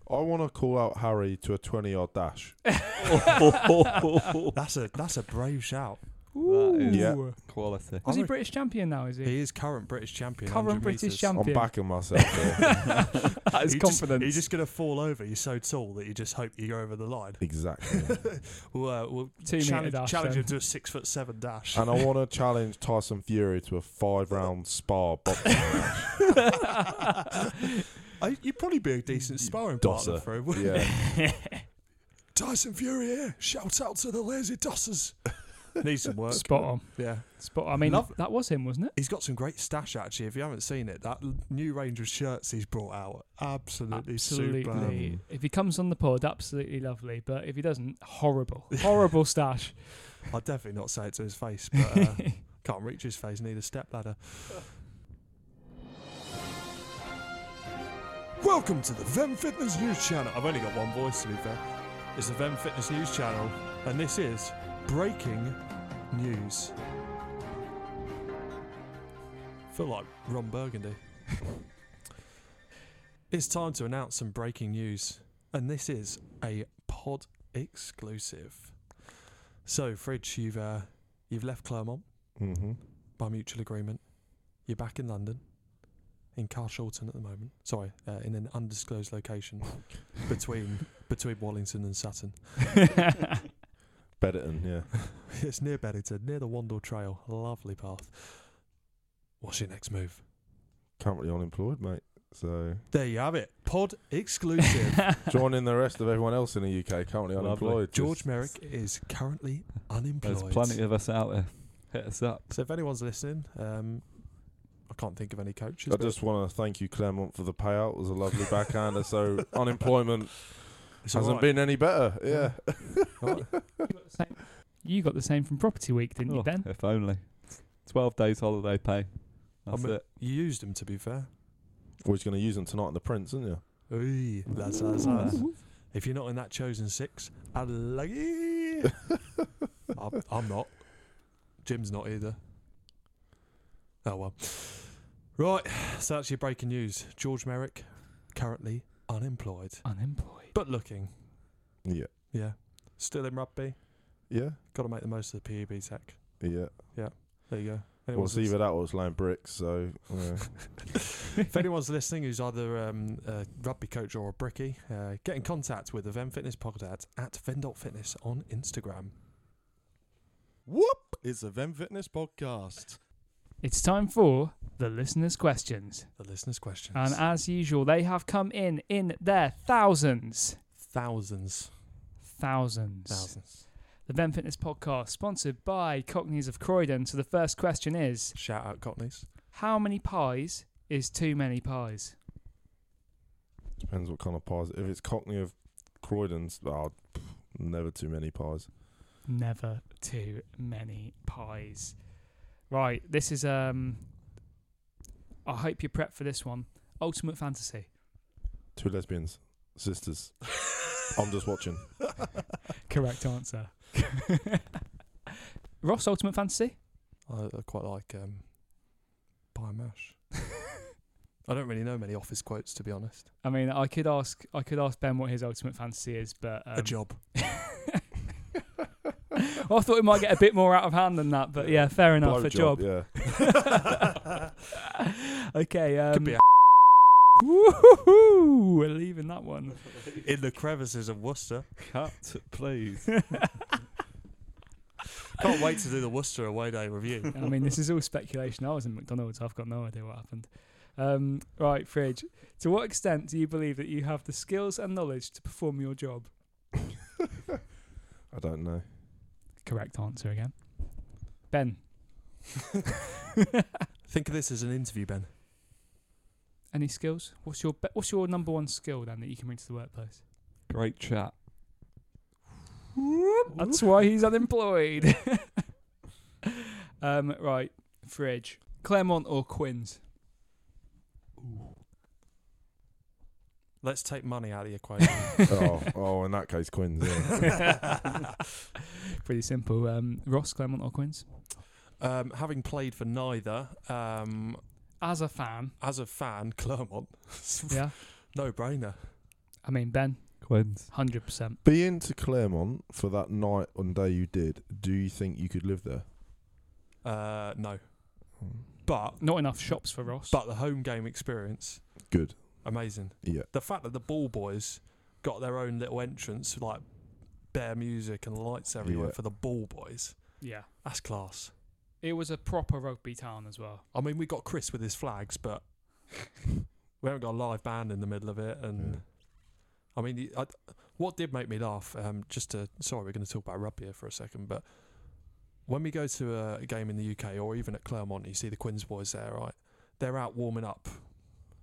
Speaker 3: I want to call out Harry to a 20 yard dash.
Speaker 1: That's a that's a brave shout.
Speaker 4: is
Speaker 3: Yeah.
Speaker 2: uh,
Speaker 4: quality.
Speaker 2: Was
Speaker 1: I
Speaker 2: he
Speaker 1: re-
Speaker 2: British champion now? Is he?
Speaker 1: He is current British champion.
Speaker 2: Current
Speaker 1: 100
Speaker 2: British
Speaker 1: metres.
Speaker 2: champion.
Speaker 3: I'm backing myself. here.
Speaker 2: that is
Speaker 1: He just-
Speaker 2: confidence.
Speaker 1: He's just gonna fall over. You're so tall that you just hope you go over the line.
Speaker 3: exactly.
Speaker 1: We'll, uh, we'll
Speaker 2: Two metre
Speaker 1: challenge,
Speaker 2: dash,
Speaker 1: challenge
Speaker 2: then.
Speaker 1: him to a six foot seven dash.
Speaker 3: And I want to challenge Tyson Fury to a five round spar boxing.
Speaker 1: I, Uh, you'd probably be a decent sparring partner
Speaker 3: Dosser.
Speaker 1: for him. wouldn't you?
Speaker 3: yeah.
Speaker 1: Tyson Fury here. Shout out to the lazy dossers. Needs some work.
Speaker 2: Spot on.
Speaker 1: Yeah.
Speaker 2: Spot. I mean,
Speaker 1: Love-
Speaker 2: that was him, wasn't it?
Speaker 1: He's got some great stash actually. If you haven't seen it, that l- new range of shirts he's brought out, absolutely, superb.
Speaker 2: Absolutely. If he comes on the pod, absolutely lovely. But if he doesn't, horrible, horrible stash.
Speaker 1: I'd definitely not say it to his face, but uh, can't reach his face. Need a step ladder. Welcome to the Vem Fitness News Channel. I've only got one voice to be fair. It's the Vem Fitness News Channel, and this is breaking news. Feel like Ron Burgundy. it's time to announce some breaking news, and this is a pod exclusive. So, Fridge, you've uh, you've left Clermont
Speaker 3: hmm
Speaker 1: by mutual agreement. You're back in London, in Carshalton at the moment. Sorry, uh, in an undisclosed location between between Wallington and Sutton.
Speaker 3: Betterton, yeah.
Speaker 1: it's near Beddington, near the Wandle Trail. Lovely path. What's your next move?
Speaker 3: Currently unemployed, mate. So
Speaker 1: There you have it. Pod exclusive.
Speaker 3: joining the rest of everyone else in the UK currently
Speaker 4: Lovely.
Speaker 3: unemployed.
Speaker 1: George Merrick is currently unemployed.
Speaker 4: There's plenty of us out there. Hit us up.
Speaker 1: so if anyone's listening, um, I can't think of any coaches.
Speaker 3: I
Speaker 1: but
Speaker 3: just want to thank you, Claremont, for the payout. It was a lovely backhander. So unemployment
Speaker 1: it's
Speaker 3: hasn't
Speaker 1: alright.
Speaker 3: been any better. Yeah.
Speaker 2: you got the same from Property Week, didn't
Speaker 4: Oh,
Speaker 2: you, Ben?
Speaker 4: If only. Twelve days holiday pay. That's
Speaker 1: I'm a-
Speaker 4: it.
Speaker 1: You used him to be fair.
Speaker 3: We're just going to use them tonight in the Prince, aren't you?
Speaker 1: Ooh, that's, that's, that's. If you're not in that chosen six, I'm lucky. I'm, I'm not. Jim's not either. Oh well. Right, so that's your breaking news. George Merrick, currently unemployed,
Speaker 2: Unemployed.
Speaker 1: but looking.
Speaker 3: Yeah.
Speaker 1: Yeah. Still in rugby.
Speaker 3: Yeah.
Speaker 1: Got to make the most of the PUB tech.
Speaker 3: Yeah.
Speaker 1: There you go.
Speaker 3: Well,
Speaker 1: Anyone's
Speaker 3: it's either that or it's laying bricks. So yeah.
Speaker 1: if anyone's listening who's either um, a rugby coach or a brickie, uh, get in contact with the Ven Fitness podcast at Ven.fitness on Instagram.
Speaker 6: Whoop! It's the Vem Fitness Podcast.
Speaker 2: It's time for the listeners' questions,
Speaker 1: The listeners' questions.
Speaker 2: and as usual, they have come in in their thousands,
Speaker 1: thousands.
Speaker 2: thousands.
Speaker 1: Thousands.
Speaker 2: The Ben Fitness Podcast, sponsored by Cockneys of Croydon. So the first question is:
Speaker 1: Shout out Cockneys.
Speaker 2: How many pies is too many pies?
Speaker 3: Depends what kind of pies. If it's Cockney of Croydon's, oh, pff, never too many pies.
Speaker 2: Never too many pies. Right, this is um. I hope you're prepped for this one. Ultimate Fantasy.
Speaker 3: Two lesbians, sisters. I'm just watching.
Speaker 2: Correct answer. Ross, Ultimate Fantasy.
Speaker 1: I, I quite like um, pie mash. I don't really know many office quotes to be honest.
Speaker 2: I mean, I could ask, I could ask Ben what his Ultimate Fantasy is, but um,
Speaker 1: a job.
Speaker 2: Oh, I thought it might get a bit more out of hand than that, but yeah, fair enough. a job.
Speaker 3: Yeah.
Speaker 2: okay. Um,
Speaker 1: Could be a
Speaker 2: Woohoo! We're leaving that one.
Speaker 1: in the crevices of Worcester.
Speaker 4: Cut, please.
Speaker 1: Can't wait to do the Worcester away day review.
Speaker 2: I mean, this is all speculation. I was in McDonald's. I've got no idea what happened. Um, right, Fridge. To what extent do you believe that you have the skills and knowledge to perform your job?
Speaker 3: I don't know.
Speaker 2: Correct answer again. Ben,
Speaker 1: Think of this as an interview, Ben.
Speaker 2: any skills? What's your be- What's your number one skill then that you can bring to the workplace?
Speaker 4: Great chat.
Speaker 2: That's why he's unemployed. um, right, fridge. Claremont or Quinns?
Speaker 1: Let's take money out of the equation.
Speaker 3: oh, oh, in that case, Quinn's. Yeah.
Speaker 2: Pretty simple. Um, Ross, Claremont or Quinns?
Speaker 1: um, having played for neither, um,
Speaker 2: As a fan,
Speaker 1: as a fan, Clermont,
Speaker 2: yeah.
Speaker 1: no brainer.
Speaker 2: I mean, Ben,
Speaker 4: Quins.
Speaker 2: 100%.
Speaker 3: Being to Claremont for that night and day you did, do you think you could live there?
Speaker 1: Uh, no, but
Speaker 2: Not enough shops for Ross.
Speaker 1: but the home game experience,
Speaker 3: Good.
Speaker 1: amazing.
Speaker 3: Yeah.
Speaker 1: The fact that the ball boys got their own little entrance, like bare music and lights everywhere
Speaker 3: Yeah.
Speaker 1: for the ball boys,
Speaker 2: yeah.
Speaker 1: that's class.
Speaker 2: It was a proper rugby town as well.
Speaker 1: I mean, we got Chris with his flags, but we haven't got a live band in the middle of it. And
Speaker 3: Yeah.
Speaker 1: I mean, the- I, what did make me laugh? Um, just to sorry, we're going to talk about rugby here for a second, but when we go to a, a game in the UK or even at Clermont, you see the Quins boys there, right? They're out warming up,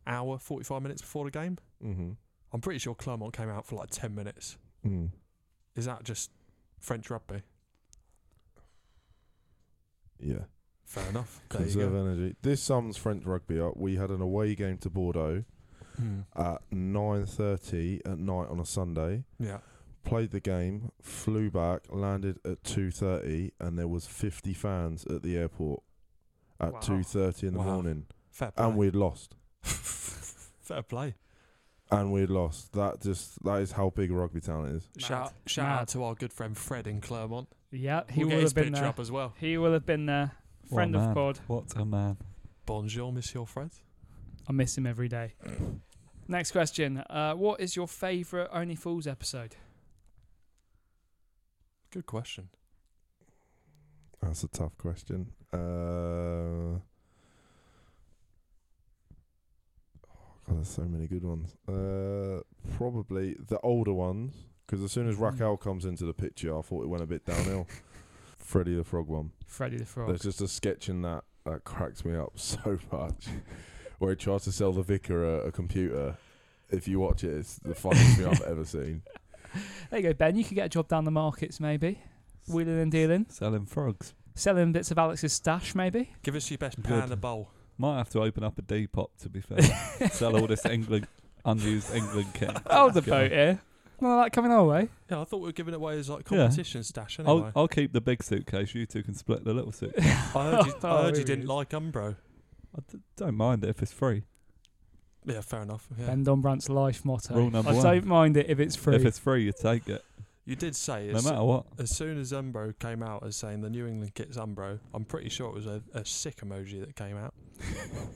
Speaker 1: hour forty five minutes before the game.
Speaker 3: Mm-hmm.
Speaker 1: I'm pretty sure Clermont came out for like ten minutes.
Speaker 3: Mm.
Speaker 1: Is that just French rugby?
Speaker 3: Yeah.
Speaker 1: Fair enough. There you
Speaker 3: Conserve
Speaker 1: go.
Speaker 3: energy. This sums French rugby up. We had an away game to Bordeaux
Speaker 1: Hmm.
Speaker 3: at 9.30 at night on a Sunday.
Speaker 1: Yeah.
Speaker 3: Played the game, flew back, landed at 2.30 and there was 50 fans at the airport at
Speaker 2: Wow.
Speaker 3: 2.30 in the
Speaker 1: Wow.
Speaker 3: morning.
Speaker 1: Fair play.
Speaker 3: And we'd lost.
Speaker 1: Fair play.
Speaker 3: And we'd lost. That just that is how big rugby town it is.
Speaker 1: Shout shout out to our good friend Fred in Clermont.
Speaker 2: Yeah, Uh, he
Speaker 1: we'll
Speaker 2: will
Speaker 1: get his
Speaker 2: have been
Speaker 1: picture
Speaker 2: there.
Speaker 1: up as well.
Speaker 2: He will have been there. Friend
Speaker 4: what a
Speaker 2: of
Speaker 4: man.
Speaker 2: pod.
Speaker 4: What a man.
Speaker 1: Bonjour, Monsieur Fred.
Speaker 2: I miss him every day. Next question. Uh, what is your favourite Only Fools episode?
Speaker 1: Good question.
Speaker 3: That's a tough question. Uh, oh God, there's so many good ones. Uh, probably the older ones, because as
Speaker 4: Mm.
Speaker 3: soon as Raquel comes into the picture, I thought it went a bit downhill. Freddy the Frog one.
Speaker 2: Freddy the Frog.
Speaker 3: There's just a sketch in that that cracks me up so much, where he tries to sell the vicar a, a computer. If you watch it, it's the funniest thing I've ever seen.
Speaker 2: There you go, Ben. You could get a job down the markets, maybe. Wheeling and dealing.
Speaker 4: Selling frogs.
Speaker 2: Selling bits of Alex's stash, maybe.
Speaker 1: Give us your best
Speaker 4: Good.
Speaker 1: pan and a bowl.
Speaker 4: Might have to open up a depot to be fair. Sell all this England unused England kit.
Speaker 2: I'll
Speaker 4: Get
Speaker 2: devote
Speaker 4: on.
Speaker 2: here. None of that coming our way.
Speaker 1: Yeah, I thought we were giving it away as like
Speaker 4: Yeah. Oh,
Speaker 1: competition stash
Speaker 4: I'll,
Speaker 1: anyway.
Speaker 4: I'll keep the big suitcase. You two can split the little suitcase.
Speaker 1: I heard you,
Speaker 2: Oh,
Speaker 1: I heard
Speaker 2: here
Speaker 1: you
Speaker 2: he
Speaker 1: didn't
Speaker 2: is.
Speaker 1: like Umbro.
Speaker 4: I d- don't mind it if it's free.
Speaker 1: Yeah, fair enough. Yeah.
Speaker 2: Ben Donbrandt's life motto.
Speaker 4: Rule number
Speaker 2: I
Speaker 4: one.
Speaker 2: don't mind it if it's free.
Speaker 4: If it's free, you take it,
Speaker 1: You did say
Speaker 4: no
Speaker 1: as,
Speaker 4: matter what.
Speaker 1: as soon as Umbro came out as saying the New England kit's Umbro, I'm pretty sure it was a, a sick emoji that came out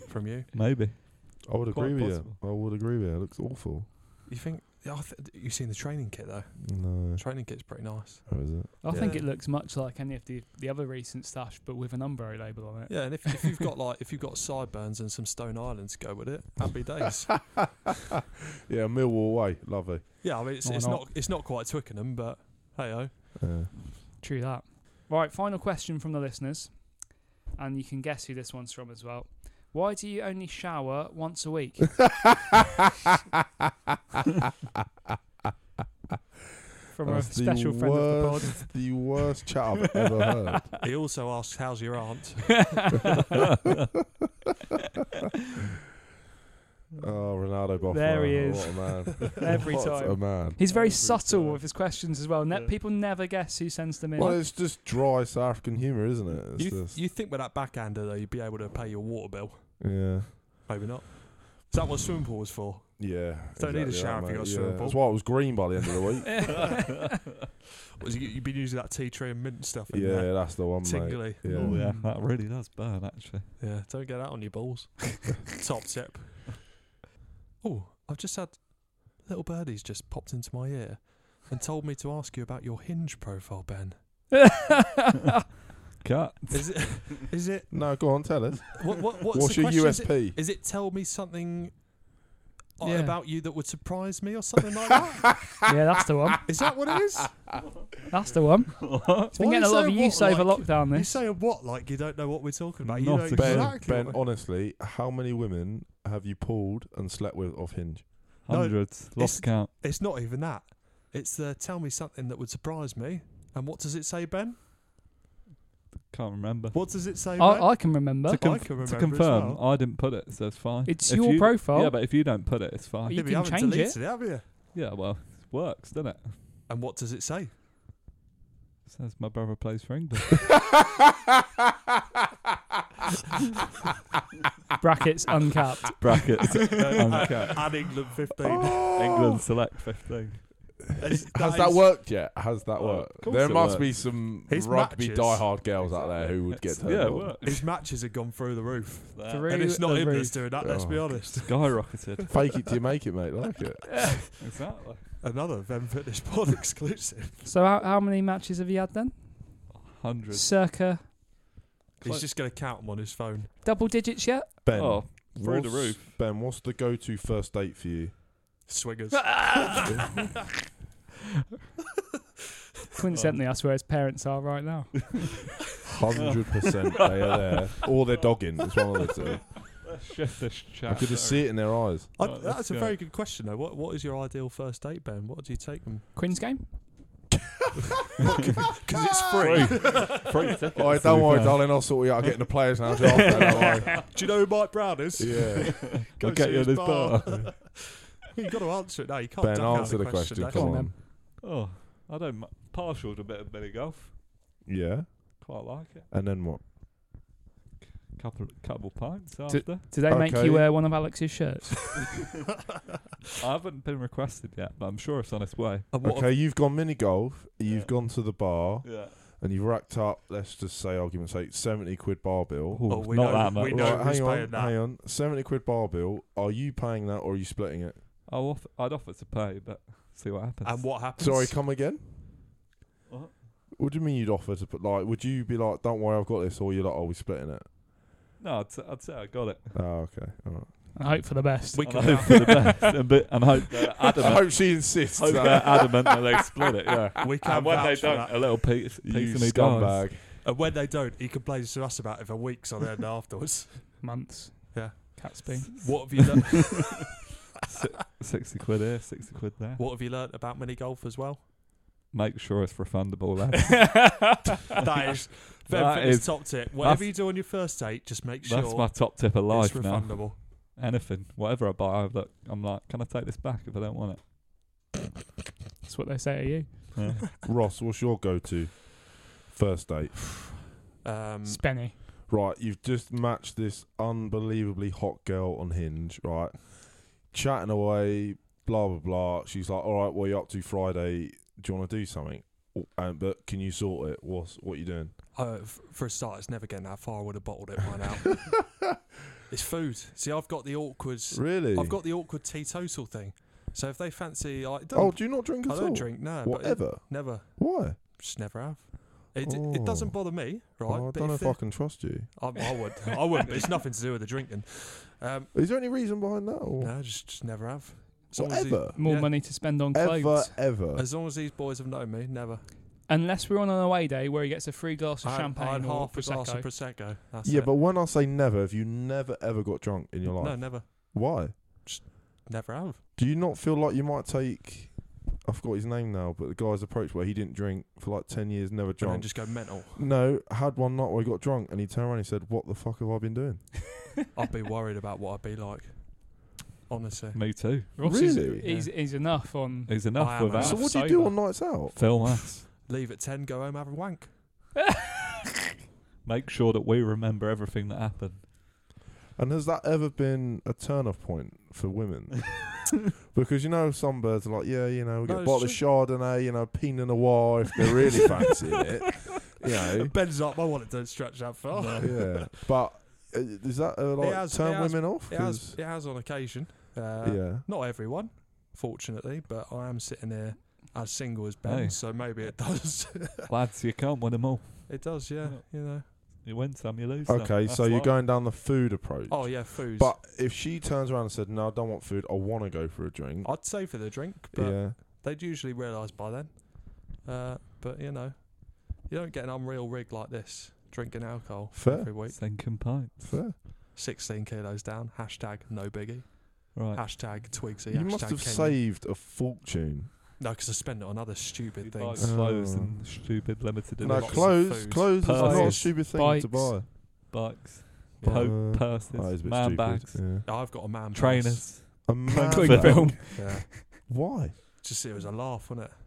Speaker 1: from you.
Speaker 4: Maybe.
Speaker 3: I would
Speaker 4: Quite
Speaker 3: agree with
Speaker 4: possible.
Speaker 3: you. I would agree with you. It looks awful.
Speaker 1: You think? Yeah, I th- you've seen the training kit though.
Speaker 3: No,
Speaker 1: The training kit's pretty nice.
Speaker 3: how is it?
Speaker 2: I think
Speaker 1: Yeah.
Speaker 2: it looks much like any of the, the other recent stash, but with an Umbro label on it.
Speaker 1: Yeah, and if, if you've got like if you've got sideburns and some Stone Islands, go with it. Happy days.
Speaker 3: Yeah, Millwall way, lovely.
Speaker 1: yeah, I mean it's,
Speaker 2: Why
Speaker 1: it's
Speaker 2: not?
Speaker 1: not it's not quite Twickenham, but hey oh.
Speaker 3: Uh,
Speaker 2: True that. Right, final question from the listeners. And you can guess who this one's from as well. Why do you only shower once a week? from a
Speaker 3: That's the
Speaker 2: special friend of the pod.
Speaker 3: worst- the worst chat I've ever heard.
Speaker 1: He also asks, "How's your aunt?"
Speaker 3: Oh, Ronaldo Boffman.
Speaker 2: There he is.
Speaker 3: What a man.
Speaker 2: Every
Speaker 3: what
Speaker 2: time.
Speaker 3: a man.
Speaker 2: He's very
Speaker 1: Every
Speaker 2: subtle
Speaker 1: time.
Speaker 2: with his questions as well. Ne-
Speaker 1: Yeah.
Speaker 2: People never guess who sends them in.
Speaker 3: Well, it's just dry South African humour, isn't it? It's
Speaker 1: You, th-
Speaker 3: just,
Speaker 1: you think with that backhander though, you'd be able to pay your water bill?
Speaker 3: yeah.
Speaker 1: Maybe not. Is that what swimming pool was for?
Speaker 3: Yeah.
Speaker 1: Don't need a
Speaker 3: exactly
Speaker 1: shower if
Speaker 3: that,
Speaker 1: you got a
Speaker 3: mate.
Speaker 1: swimming
Speaker 3: yeah.
Speaker 1: pool.
Speaker 3: That's why I was green by the end of the week.
Speaker 1: Was you, you've been using that tea tree and mint stuff? In
Speaker 3: yeah,
Speaker 1: there?
Speaker 3: that's the one, mate.
Speaker 1: tingly.
Speaker 3: Yeah.
Speaker 4: Oh, yeah. That really does burn, actually.
Speaker 1: Yeah, don't get that on your balls. Top tip. Oh, I've just had little birdies just popped into my ear and told me to ask you about your hinge profile, Ben.
Speaker 4: Cut.
Speaker 1: Is it? Is it?
Speaker 3: No, go on, tell us.
Speaker 1: What? what what's,
Speaker 3: What's,
Speaker 1: the question?
Speaker 3: your
Speaker 1: Is it,
Speaker 3: USP?
Speaker 1: is it tell me something uh,
Speaker 2: Yeah.
Speaker 1: about you that would surprise me or something like that?
Speaker 2: yeah, that's the one.
Speaker 1: Is that what it is?
Speaker 2: That's the one. It's been
Speaker 1: Why
Speaker 2: getting a
Speaker 1: is
Speaker 2: lot
Speaker 1: there
Speaker 2: of
Speaker 1: what,
Speaker 2: use over
Speaker 1: like-
Speaker 2: lockdown,
Speaker 1: You
Speaker 2: this.
Speaker 1: say a what like you don't know what we're talking about. You
Speaker 4: Not
Speaker 1: know
Speaker 4: a clue.
Speaker 3: ben,
Speaker 1: exactly.
Speaker 3: ben,
Speaker 1: what-
Speaker 3: honestly, how many women have you pulled and slept with off Hinge?
Speaker 1: No,
Speaker 4: Hundreds.
Speaker 1: it's-
Speaker 4: Lost count.
Speaker 1: it's not even that. It's the tell me something that would surprise me. And what does it say, Ben?
Speaker 4: Can't remember.
Speaker 1: What does it say, Ben?
Speaker 2: I, I can remember.
Speaker 4: To, conf-
Speaker 1: can remember
Speaker 4: to
Speaker 1: as
Speaker 4: confirm,
Speaker 1: well.
Speaker 4: I didn't put it, so it's fine.
Speaker 2: It's
Speaker 4: If
Speaker 2: your
Speaker 4: you-
Speaker 2: profile.
Speaker 4: Yeah, but if you don't put it, it's fine.
Speaker 2: You
Speaker 1: Yeah, but
Speaker 2: can
Speaker 1: haven't
Speaker 2: change
Speaker 1: deleted
Speaker 2: it.
Speaker 1: have you?
Speaker 4: Yeah, well, it works, doesn't it?
Speaker 1: And what does it say?
Speaker 4: Says my brother plays for England.
Speaker 2: Brackets uncapped.
Speaker 4: Brackets. uncapped.
Speaker 1: And England 15.
Speaker 3: Oh!
Speaker 4: England select 15.
Speaker 1: It's-
Speaker 3: Has
Speaker 1: that
Speaker 3: that
Speaker 1: is-
Speaker 3: worked yet? Has that
Speaker 4: Oh,
Speaker 3: worked?
Speaker 4: of course
Speaker 3: There
Speaker 4: it
Speaker 3: must be
Speaker 4: works.
Speaker 3: some
Speaker 1: His
Speaker 3: rugby
Speaker 1: matches.
Speaker 3: diehard girls out there who would get
Speaker 4: Exactly.
Speaker 3: turned
Speaker 4: Yeah, it
Speaker 3: on.
Speaker 4: works.
Speaker 1: His matches have gone through the roof.
Speaker 2: Through
Speaker 1: and it's not
Speaker 2: the
Speaker 1: him
Speaker 2: roof.
Speaker 1: that's doing that, let's be
Speaker 3: Oh.
Speaker 1: honest.
Speaker 4: Skyrocketed.
Speaker 3: Fake it till you make it, mate. Like it.
Speaker 4: exactly.
Speaker 1: Another Ben Fitness Pod exclusive.
Speaker 2: So how, how many matches have you had then?
Speaker 4: 100.
Speaker 2: Circa
Speaker 1: He's just going to count them on his phone.
Speaker 2: double digits yet?
Speaker 3: Ben,
Speaker 4: Oh, through the
Speaker 3: what's-
Speaker 4: roof.
Speaker 3: Ben, what's the go-to first date for you?
Speaker 1: Swingers.
Speaker 2: Coincidentally, that's where his parents are right now.
Speaker 3: Hundred percent, they are there, or they're dogging. It's one of the two.
Speaker 4: Shiftish
Speaker 3: I
Speaker 4: chat.
Speaker 3: could just see it in their eyes.
Speaker 1: I,
Speaker 4: Right,
Speaker 1: that's
Speaker 4: let's
Speaker 1: a
Speaker 4: go.
Speaker 1: very good question, though. What What is your ideal first date, Ben? What do you take them?
Speaker 2: Queen's game?
Speaker 1: Because it's free.
Speaker 4: Free tickets.
Speaker 3: All right, Oh, don't worry, darling. I'll sort you out. I'm getting the players now.
Speaker 1: do you know who Mike Brown is?
Speaker 3: yeah.
Speaker 1: Go
Speaker 4: I'll get
Speaker 1: see
Speaker 4: you
Speaker 1: his
Speaker 4: this
Speaker 1: bar.
Speaker 4: bar.
Speaker 1: You've got to answer it now. You can't
Speaker 3: Ben,
Speaker 1: duck out
Speaker 3: answer the question.
Speaker 1: though.
Speaker 3: Come
Speaker 2: Come on,
Speaker 3: on.
Speaker 4: Oh, I don't. mi- Partial to a bit of mini golf.
Speaker 3: Yeah.
Speaker 4: Quite like it.
Speaker 3: And then what?
Speaker 4: Couple, couple pints after.
Speaker 2: Did- Do they make
Speaker 3: Okay.
Speaker 2: you wear one of Alex's shirts?
Speaker 4: I haven't been requested yet, but I'm sure it's on its way.
Speaker 1: And what
Speaker 3: Okay, you've gone mini golf. You've
Speaker 4: Yeah.
Speaker 3: gone to the bar,
Speaker 4: Yeah.
Speaker 3: and you've racked up. Let's just say, argument's sake, seventy quid bar bill.
Speaker 1: Oh, we know-
Speaker 4: not that much.
Speaker 1: we know-
Speaker 3: Right,
Speaker 1: who's
Speaker 3: hang on,
Speaker 1: paying that?
Speaker 3: hang on. Seventy quid bar bill. Are you paying that, or are you splitting it?
Speaker 4: I'll off- I'd offer to pay, but see what happens.
Speaker 1: And what happens?
Speaker 3: Sorry, come again.
Speaker 4: What?
Speaker 3: What do you mean you'd offer to put like? Would you be like, "Don't worry, I've got this," or you're like, "Are we splitting it?"
Speaker 4: No, I'd, s- I'd say I got it.
Speaker 3: Oh, okay. All right.
Speaker 2: I hope for the best.
Speaker 1: We
Speaker 4: And
Speaker 1: can
Speaker 4: hope for the best, and, be, and hope they're
Speaker 3: I
Speaker 4: adamant.
Speaker 3: hope she insists.
Speaker 4: hope
Speaker 3: that
Speaker 4: they're adamant that they split it. Yeah.
Speaker 1: We can
Speaker 4: And when they
Speaker 1: vouch for
Speaker 4: don't,
Speaker 1: that.
Speaker 4: a little piece, piece
Speaker 3: you
Speaker 4: of me dies.
Speaker 3: scumbag.
Speaker 1: And when they don't, he complains to us about it for weeks on end afterwards.
Speaker 2: Months.
Speaker 1: Yeah.
Speaker 2: Cat's been.
Speaker 1: What have you done?
Speaker 4: Sixty quid here, sixty quid there.
Speaker 1: What have you learnt about mini golf as well?
Speaker 4: Make sure it's refundable. Lads.
Speaker 1: That is Ben
Speaker 4: That
Speaker 1: Fitness
Speaker 4: is-
Speaker 1: top tip. Whatever
Speaker 4: that's-
Speaker 1: you do on your first date, just make sure
Speaker 4: That's my top tip of
Speaker 1: it's
Speaker 4: life now.
Speaker 1: refundable.
Speaker 4: Anything, whatever I buy, I'm like, I'm like, can I take this back if I don't want it?
Speaker 2: That's what they say to you.
Speaker 4: Yeah.
Speaker 3: Ross, what's your go-to first date?
Speaker 1: Um,
Speaker 2: Spenny.
Speaker 3: Right, you've just matched this unbelievably hot girl on Hinge, right? Chatting away, blah blah blah. She's like, "All right, what are you up to Friday? Do you want to do something?" Oh, Um, but can you sort it? What's what you doing?
Speaker 1: uh, f- for a start, it's never getting that far. I would have bottled it by now. it's food. See, I've got the awkward.
Speaker 3: Really?
Speaker 1: I've got the awkward teetotal thing. So if they fancy, I don't,
Speaker 3: Oh, do you not drink
Speaker 1: I
Speaker 3: at all?
Speaker 1: don't drink. No, but it-
Speaker 3: Whatever.
Speaker 1: never,
Speaker 3: Why?
Speaker 1: just never have. It, it doesn't
Speaker 3: Oh.
Speaker 1: bother me, right?
Speaker 3: Well, I
Speaker 1: but
Speaker 3: don't know
Speaker 1: if
Speaker 3: if I can trust you.
Speaker 1: they- I, I would, I wouldn't. It's nothing to do with the drinking. Um,
Speaker 3: Is there any reason behind that? Or
Speaker 1: no, just, just never have. As long as the-
Speaker 3: Whatever.
Speaker 2: More
Speaker 1: Yeah.
Speaker 2: money to spend on clothes.
Speaker 3: Ever, ever.
Speaker 1: As long as these boys have known me, never.
Speaker 2: Unless we're on an away day where he gets a free glass of
Speaker 1: I had- I
Speaker 2: champagne
Speaker 1: had
Speaker 2: or
Speaker 1: half a glass of
Speaker 2: prosecco.
Speaker 1: prosecco. That's
Speaker 3: Yeah,
Speaker 1: it.
Speaker 3: but when I say never, have you never ever got drunk in your life?
Speaker 1: no, never,
Speaker 3: Why?
Speaker 1: never have.
Speaker 3: Do you not feel like you might take? I forgot his name now, but the guy's approach where he didn't drink for like ten years, never
Speaker 1: And then
Speaker 3: drunk.
Speaker 1: just go mental.
Speaker 3: no, had one night where he got drunk and he turned around and he said, "What the fuck have I been doing?"
Speaker 1: I'd be worried about what I'd be like. Honestly,
Speaker 4: Me too.
Speaker 2: Ross is-
Speaker 3: Really?
Speaker 2: he's, he's enough on.
Speaker 4: He's
Speaker 1: I
Speaker 4: enough
Speaker 1: am
Speaker 4: with that.
Speaker 1: enough.
Speaker 3: so what do you do
Speaker 2: sober.
Speaker 3: on nights out?
Speaker 4: Film us.
Speaker 1: leave at ten, go home, have a wank.
Speaker 4: Make sure that we remember everything that happened.
Speaker 3: And has that ever been a turn-off point for women? because you know some birds are like, yeah, you know,
Speaker 1: No,
Speaker 3: we get a
Speaker 1: it's
Speaker 3: bottle of Chardonnay, you know, Pinot Noir if they're really fancying it. You know,
Speaker 1: Ben's up. My wallet don't stretch that far.
Speaker 3: yeah. But uh, is that uh, like
Speaker 1: has-
Speaker 3: turn
Speaker 1: it has-
Speaker 3: women off?
Speaker 1: It has,
Speaker 3: 'Cause-
Speaker 1: it has on occasion. Uh,
Speaker 3: yeah.
Speaker 1: Not everyone, fortunately, but I am sitting here as single as Ben,
Speaker 4: Hey.
Speaker 1: so maybe it does.
Speaker 4: Lads, you can't win them all.
Speaker 1: it does, yeah.
Speaker 4: Yeah.
Speaker 1: You know.
Speaker 4: You win some, you lose some.
Speaker 3: Okay, so
Speaker 4: That's
Speaker 3: you're
Speaker 4: life.
Speaker 3: going down the food approach.
Speaker 1: Oh yeah, food.
Speaker 3: But if she turns around and said, "No, I don't want food. I want to go for a drink."
Speaker 1: I'd say for the drink, Oh, but
Speaker 3: Yeah.
Speaker 1: they'd usually realise by then. Uh, but you know, you don't get an unreal rig like this drinking alcohol
Speaker 3: Fair.
Speaker 1: every week.
Speaker 4: Sinking pints.
Speaker 3: Fair.
Speaker 1: 16 kilos down. Hashtag no biggie.
Speaker 4: Right.
Speaker 1: Hashtag twigsy.
Speaker 3: you
Speaker 1: hashtag
Speaker 3: must have
Speaker 1: Kenyan.
Speaker 3: saved a fortune
Speaker 1: No, because I spend it on other stupid
Speaker 4: You buy
Speaker 1: things.
Speaker 4: clothes
Speaker 3: Oh.
Speaker 4: and stupid limited
Speaker 3: No,
Speaker 1: lots
Speaker 4: edition
Speaker 1: of
Speaker 3: clothes.
Speaker 1: food.
Speaker 3: Clothes is not a
Speaker 4: Purses.
Speaker 3: stupid thing to buy.
Speaker 2: Bikes.
Speaker 4: bikes,
Speaker 1: Yeah.
Speaker 4: po-
Speaker 3: Uh,
Speaker 4: purses,
Speaker 3: that is a bit
Speaker 4: man
Speaker 3: stupid,
Speaker 4: bags,
Speaker 3: yeah.
Speaker 1: I've got a man. purse.
Speaker 4: trainers.
Speaker 3: A man
Speaker 4: Country
Speaker 3: bag?
Speaker 4: film.
Speaker 1: Yeah.
Speaker 3: Why?
Speaker 1: Just it was a laugh, wasn't it?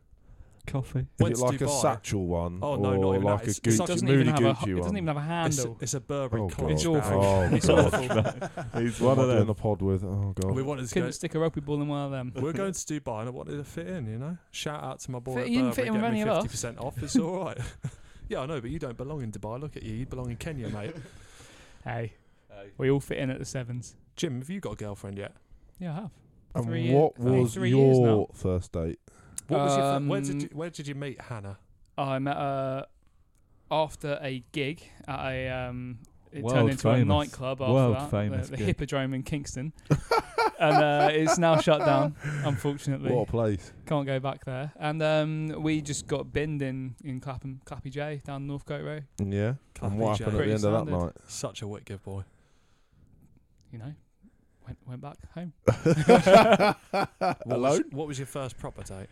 Speaker 4: Coffee.
Speaker 3: Is
Speaker 1: Went
Speaker 3: it
Speaker 1: to
Speaker 3: like a
Speaker 1: Dubai.
Speaker 3: satchel one?
Speaker 1: Oh, no, not
Speaker 3: or
Speaker 1: even that. It's-
Speaker 3: like a
Speaker 1: it's
Speaker 3: Gucci,
Speaker 1: like-
Speaker 2: doesn't
Speaker 3: moody
Speaker 2: even have a,
Speaker 3: Gucci
Speaker 2: hu- it
Speaker 3: one.
Speaker 2: doesn't even have a
Speaker 1: It's,
Speaker 2: handle.
Speaker 1: it's a Burberry
Speaker 3: Oh,
Speaker 1: clutch.
Speaker 2: It's
Speaker 3: God.
Speaker 1: bag.
Speaker 2: awful.
Speaker 3: Oh,
Speaker 1: it's
Speaker 3: God.
Speaker 1: awful.
Speaker 3: He's
Speaker 4: one
Speaker 3: one
Speaker 4: of
Speaker 3: of
Speaker 4: them.
Speaker 3: them. the pod with. Oh god.
Speaker 1: we wanted to
Speaker 2: Couldn't
Speaker 1: go.
Speaker 2: stick a rugby ball in one of them.
Speaker 1: We're going to Dubai and I wanted to fit in, you know. Shout out to my boy
Speaker 2: Fit-
Speaker 1: at
Speaker 2: you didn't fit
Speaker 1: Burberry,
Speaker 2: in with
Speaker 1: get me
Speaker 2: any of us.
Speaker 1: 50% off. It's all right. yeah, I know, but you don't belong in Dubai. Look at you. You belong in Kenya, mate.
Speaker 2: Hey, we all fit in at the sevens.
Speaker 1: Jim, have you got a girlfriend yet?
Speaker 2: Yeah, I have.
Speaker 3: and
Speaker 2: three year-
Speaker 3: what
Speaker 2: I think
Speaker 3: was
Speaker 2: three years
Speaker 3: your first date?
Speaker 1: What was your fir- where did
Speaker 2: Um,
Speaker 1: you, where did you meet Hannah?
Speaker 2: I met her after a gig at a. Um, it turned
Speaker 4: World
Speaker 2: into a
Speaker 4: famous-
Speaker 2: nightclub after
Speaker 4: world
Speaker 2: that,
Speaker 4: famous
Speaker 2: the, the
Speaker 4: gig.
Speaker 2: Hippodrome in Kingston, and uh, it's now shut down. Unfortunately,
Speaker 3: What a place.
Speaker 2: can't go back there. And um, we just got binned in in Clapham, Clappy J down Northcote Road.
Speaker 3: Yeah.
Speaker 1: Clappy
Speaker 3: And what
Speaker 1: J.
Speaker 3: happened at
Speaker 2: Pretty
Speaker 3: the end of that
Speaker 2: standard.
Speaker 3: night?
Speaker 1: Such a wicked boy.
Speaker 2: You know, went went back home.
Speaker 1: What
Speaker 3: Hello?
Speaker 1: Was, what was your first proper date?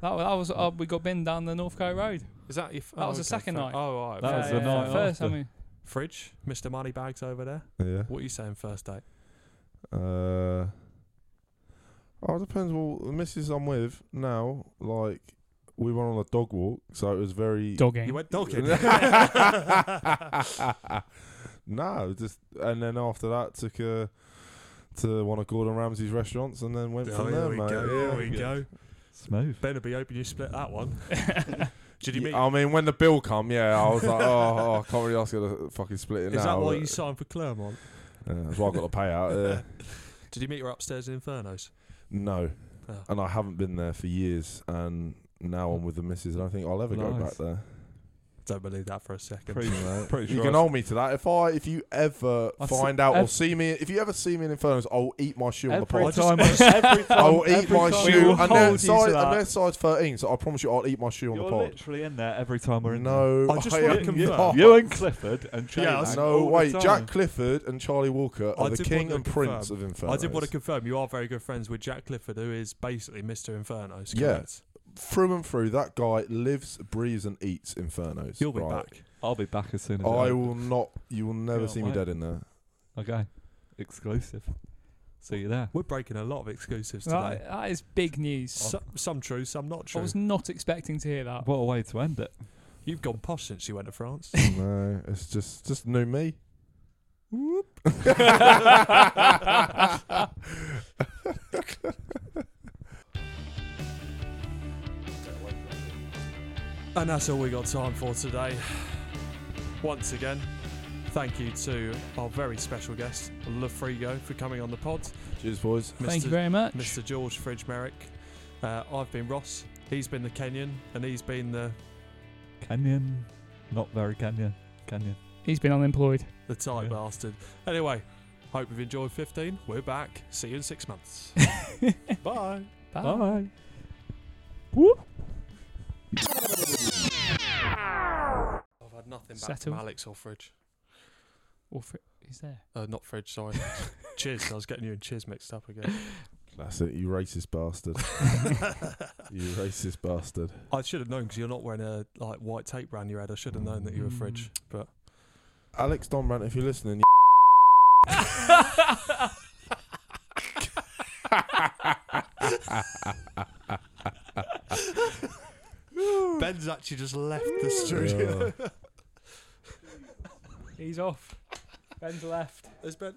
Speaker 2: That was, that was uh, we got binned down the Northcote Road.
Speaker 1: Is that your? F-
Speaker 2: That was the second
Speaker 1: fair-
Speaker 2: night.
Speaker 1: Oh, all right.
Speaker 4: That
Speaker 1: fair-
Speaker 4: was the
Speaker 1: fair-
Speaker 4: night
Speaker 1: fair-
Speaker 2: First, I
Speaker 4: after.
Speaker 2: mean,
Speaker 1: Fridge, Mr. Moneybags over there.
Speaker 3: Yeah.
Speaker 1: What are you saying? First date.
Speaker 3: Uh, oh, it depends. Well, the missus I'm with now, like, we went on a dog walk, so it was very.
Speaker 1: You
Speaker 2: dogging.
Speaker 1: went dogging.
Speaker 3: no, just and then after that took her to one of Gordon Ramsay's restaurants and then went from there,
Speaker 1: Oh, we
Speaker 3: mate.
Speaker 1: go.
Speaker 3: Yeah.
Speaker 1: There we go.
Speaker 4: Smooth.
Speaker 1: Better be open. You split that one. Did you
Speaker 3: Yeah,
Speaker 1: meet?
Speaker 3: I mean, when the bill come, yeah, I was like, oh, oh, I can't really ask her to fucking split it
Speaker 1: Is
Speaker 3: now.
Speaker 1: that why
Speaker 3: but-
Speaker 1: you signed for Claremont?
Speaker 3: Yeah, that's why I got the payout. Yeah.
Speaker 1: Did you meet her upstairs in Inferno's?
Speaker 3: No,
Speaker 4: Ah.
Speaker 1: Oh.
Speaker 3: and I haven't been there for years, and now I'm with the missus. and I don't think I'll ever go
Speaker 4: Nice.
Speaker 3: back there.
Speaker 1: Don't believe that for a second.
Speaker 4: Pretty, pretty
Speaker 3: You
Speaker 4: sure.
Speaker 3: can
Speaker 4: I-
Speaker 3: hold me to that. If I, if you ever
Speaker 4: I s-
Speaker 3: find out or
Speaker 4: ev-
Speaker 3: see me, if you ever see me in Infernos, I'll eat my shoe on the
Speaker 4: Every
Speaker 3: pod.
Speaker 4: time,
Speaker 1: I just-
Speaker 4: every time,
Speaker 3: I will eat
Speaker 4: every
Speaker 3: my
Speaker 4: time-
Speaker 3: shoe,
Speaker 4: We will
Speaker 3: and
Speaker 4: hold you
Speaker 3: they're
Speaker 4: to
Speaker 3: size,
Speaker 4: that.
Speaker 3: and they're size 13, so I promise you, I'll eat my shoe on
Speaker 4: You're
Speaker 3: the pod.
Speaker 4: literally in there every time we're in
Speaker 3: No,
Speaker 1: I just
Speaker 3: I
Speaker 1: wanna
Speaker 3: am
Speaker 1: confirm.
Speaker 3: not.
Speaker 4: there. You and Clifford and Jay.
Speaker 1: Yeah, I was-
Speaker 3: No, wait. Jack Clifford and Charlie Walker are
Speaker 1: I
Speaker 3: the
Speaker 1: did
Speaker 3: king
Speaker 1: want
Speaker 3: and
Speaker 1: to
Speaker 3: prince of Infernos.
Speaker 1: I did want to confirm you are very good friends with Jack Clifford, who is basically Mr. Inferno's.
Speaker 3: Yeah.
Speaker 1: correct?
Speaker 3: through and through. That guy lives, breathes, and eats Infernos.
Speaker 1: You'll be
Speaker 3: right?
Speaker 1: back.
Speaker 4: I'll be back as soon as
Speaker 3: I
Speaker 4: it
Speaker 3: will not. You will never
Speaker 4: Can't
Speaker 3: see me
Speaker 4: wait.
Speaker 3: dead in there.
Speaker 4: Okay, exclusive. See you there.
Speaker 1: We're breaking a lot of exclusives today.
Speaker 2: That, that is big news.
Speaker 1: Some, some true, some not
Speaker 2: I
Speaker 1: Oh, true.
Speaker 2: was not expecting to hear that.
Speaker 4: What a way to end it.
Speaker 1: You've gone posh since you went to France.
Speaker 3: no, it's just just new me. Whoop.
Speaker 1: And that's all we got time for today. Once again, thank you to our very special guest, Lafrigo, for coming on the pod.
Speaker 3: Cheers, boys.
Speaker 2: Thank you
Speaker 1: Mr.
Speaker 2: very much.
Speaker 1: Mr. George Fridge Merrick. Uh, I've been Ross. He's been the Kenyan, and he's been the,
Speaker 4: Kenyan, not very Kenya. Kenyan.
Speaker 2: He's been unemployed.
Speaker 1: the tight
Speaker 4: Yeah.
Speaker 1: bastard. Anyway, hope you've enjoyed 15. We're back. See you in six months. Bye.
Speaker 2: Bye.
Speaker 4: Bye.
Speaker 1: I've had nothing back
Speaker 2: Settled.
Speaker 1: from Alex or Fridge.
Speaker 2: Or fr- he's there.
Speaker 1: Uh, not Fridge, sorry. cheers. I was getting you and cheers mixed up again.
Speaker 3: That's it. You racist bastard. you racist bastard.
Speaker 1: I should have known because you're not wearing a like white tape round your head. I should have known that you were Fridge. But
Speaker 3: Alex Donbrand, if you're listening,
Speaker 1: Ben's actually just left the
Speaker 3: studio.
Speaker 2: he's off. Ben's left.
Speaker 1: Has Ben?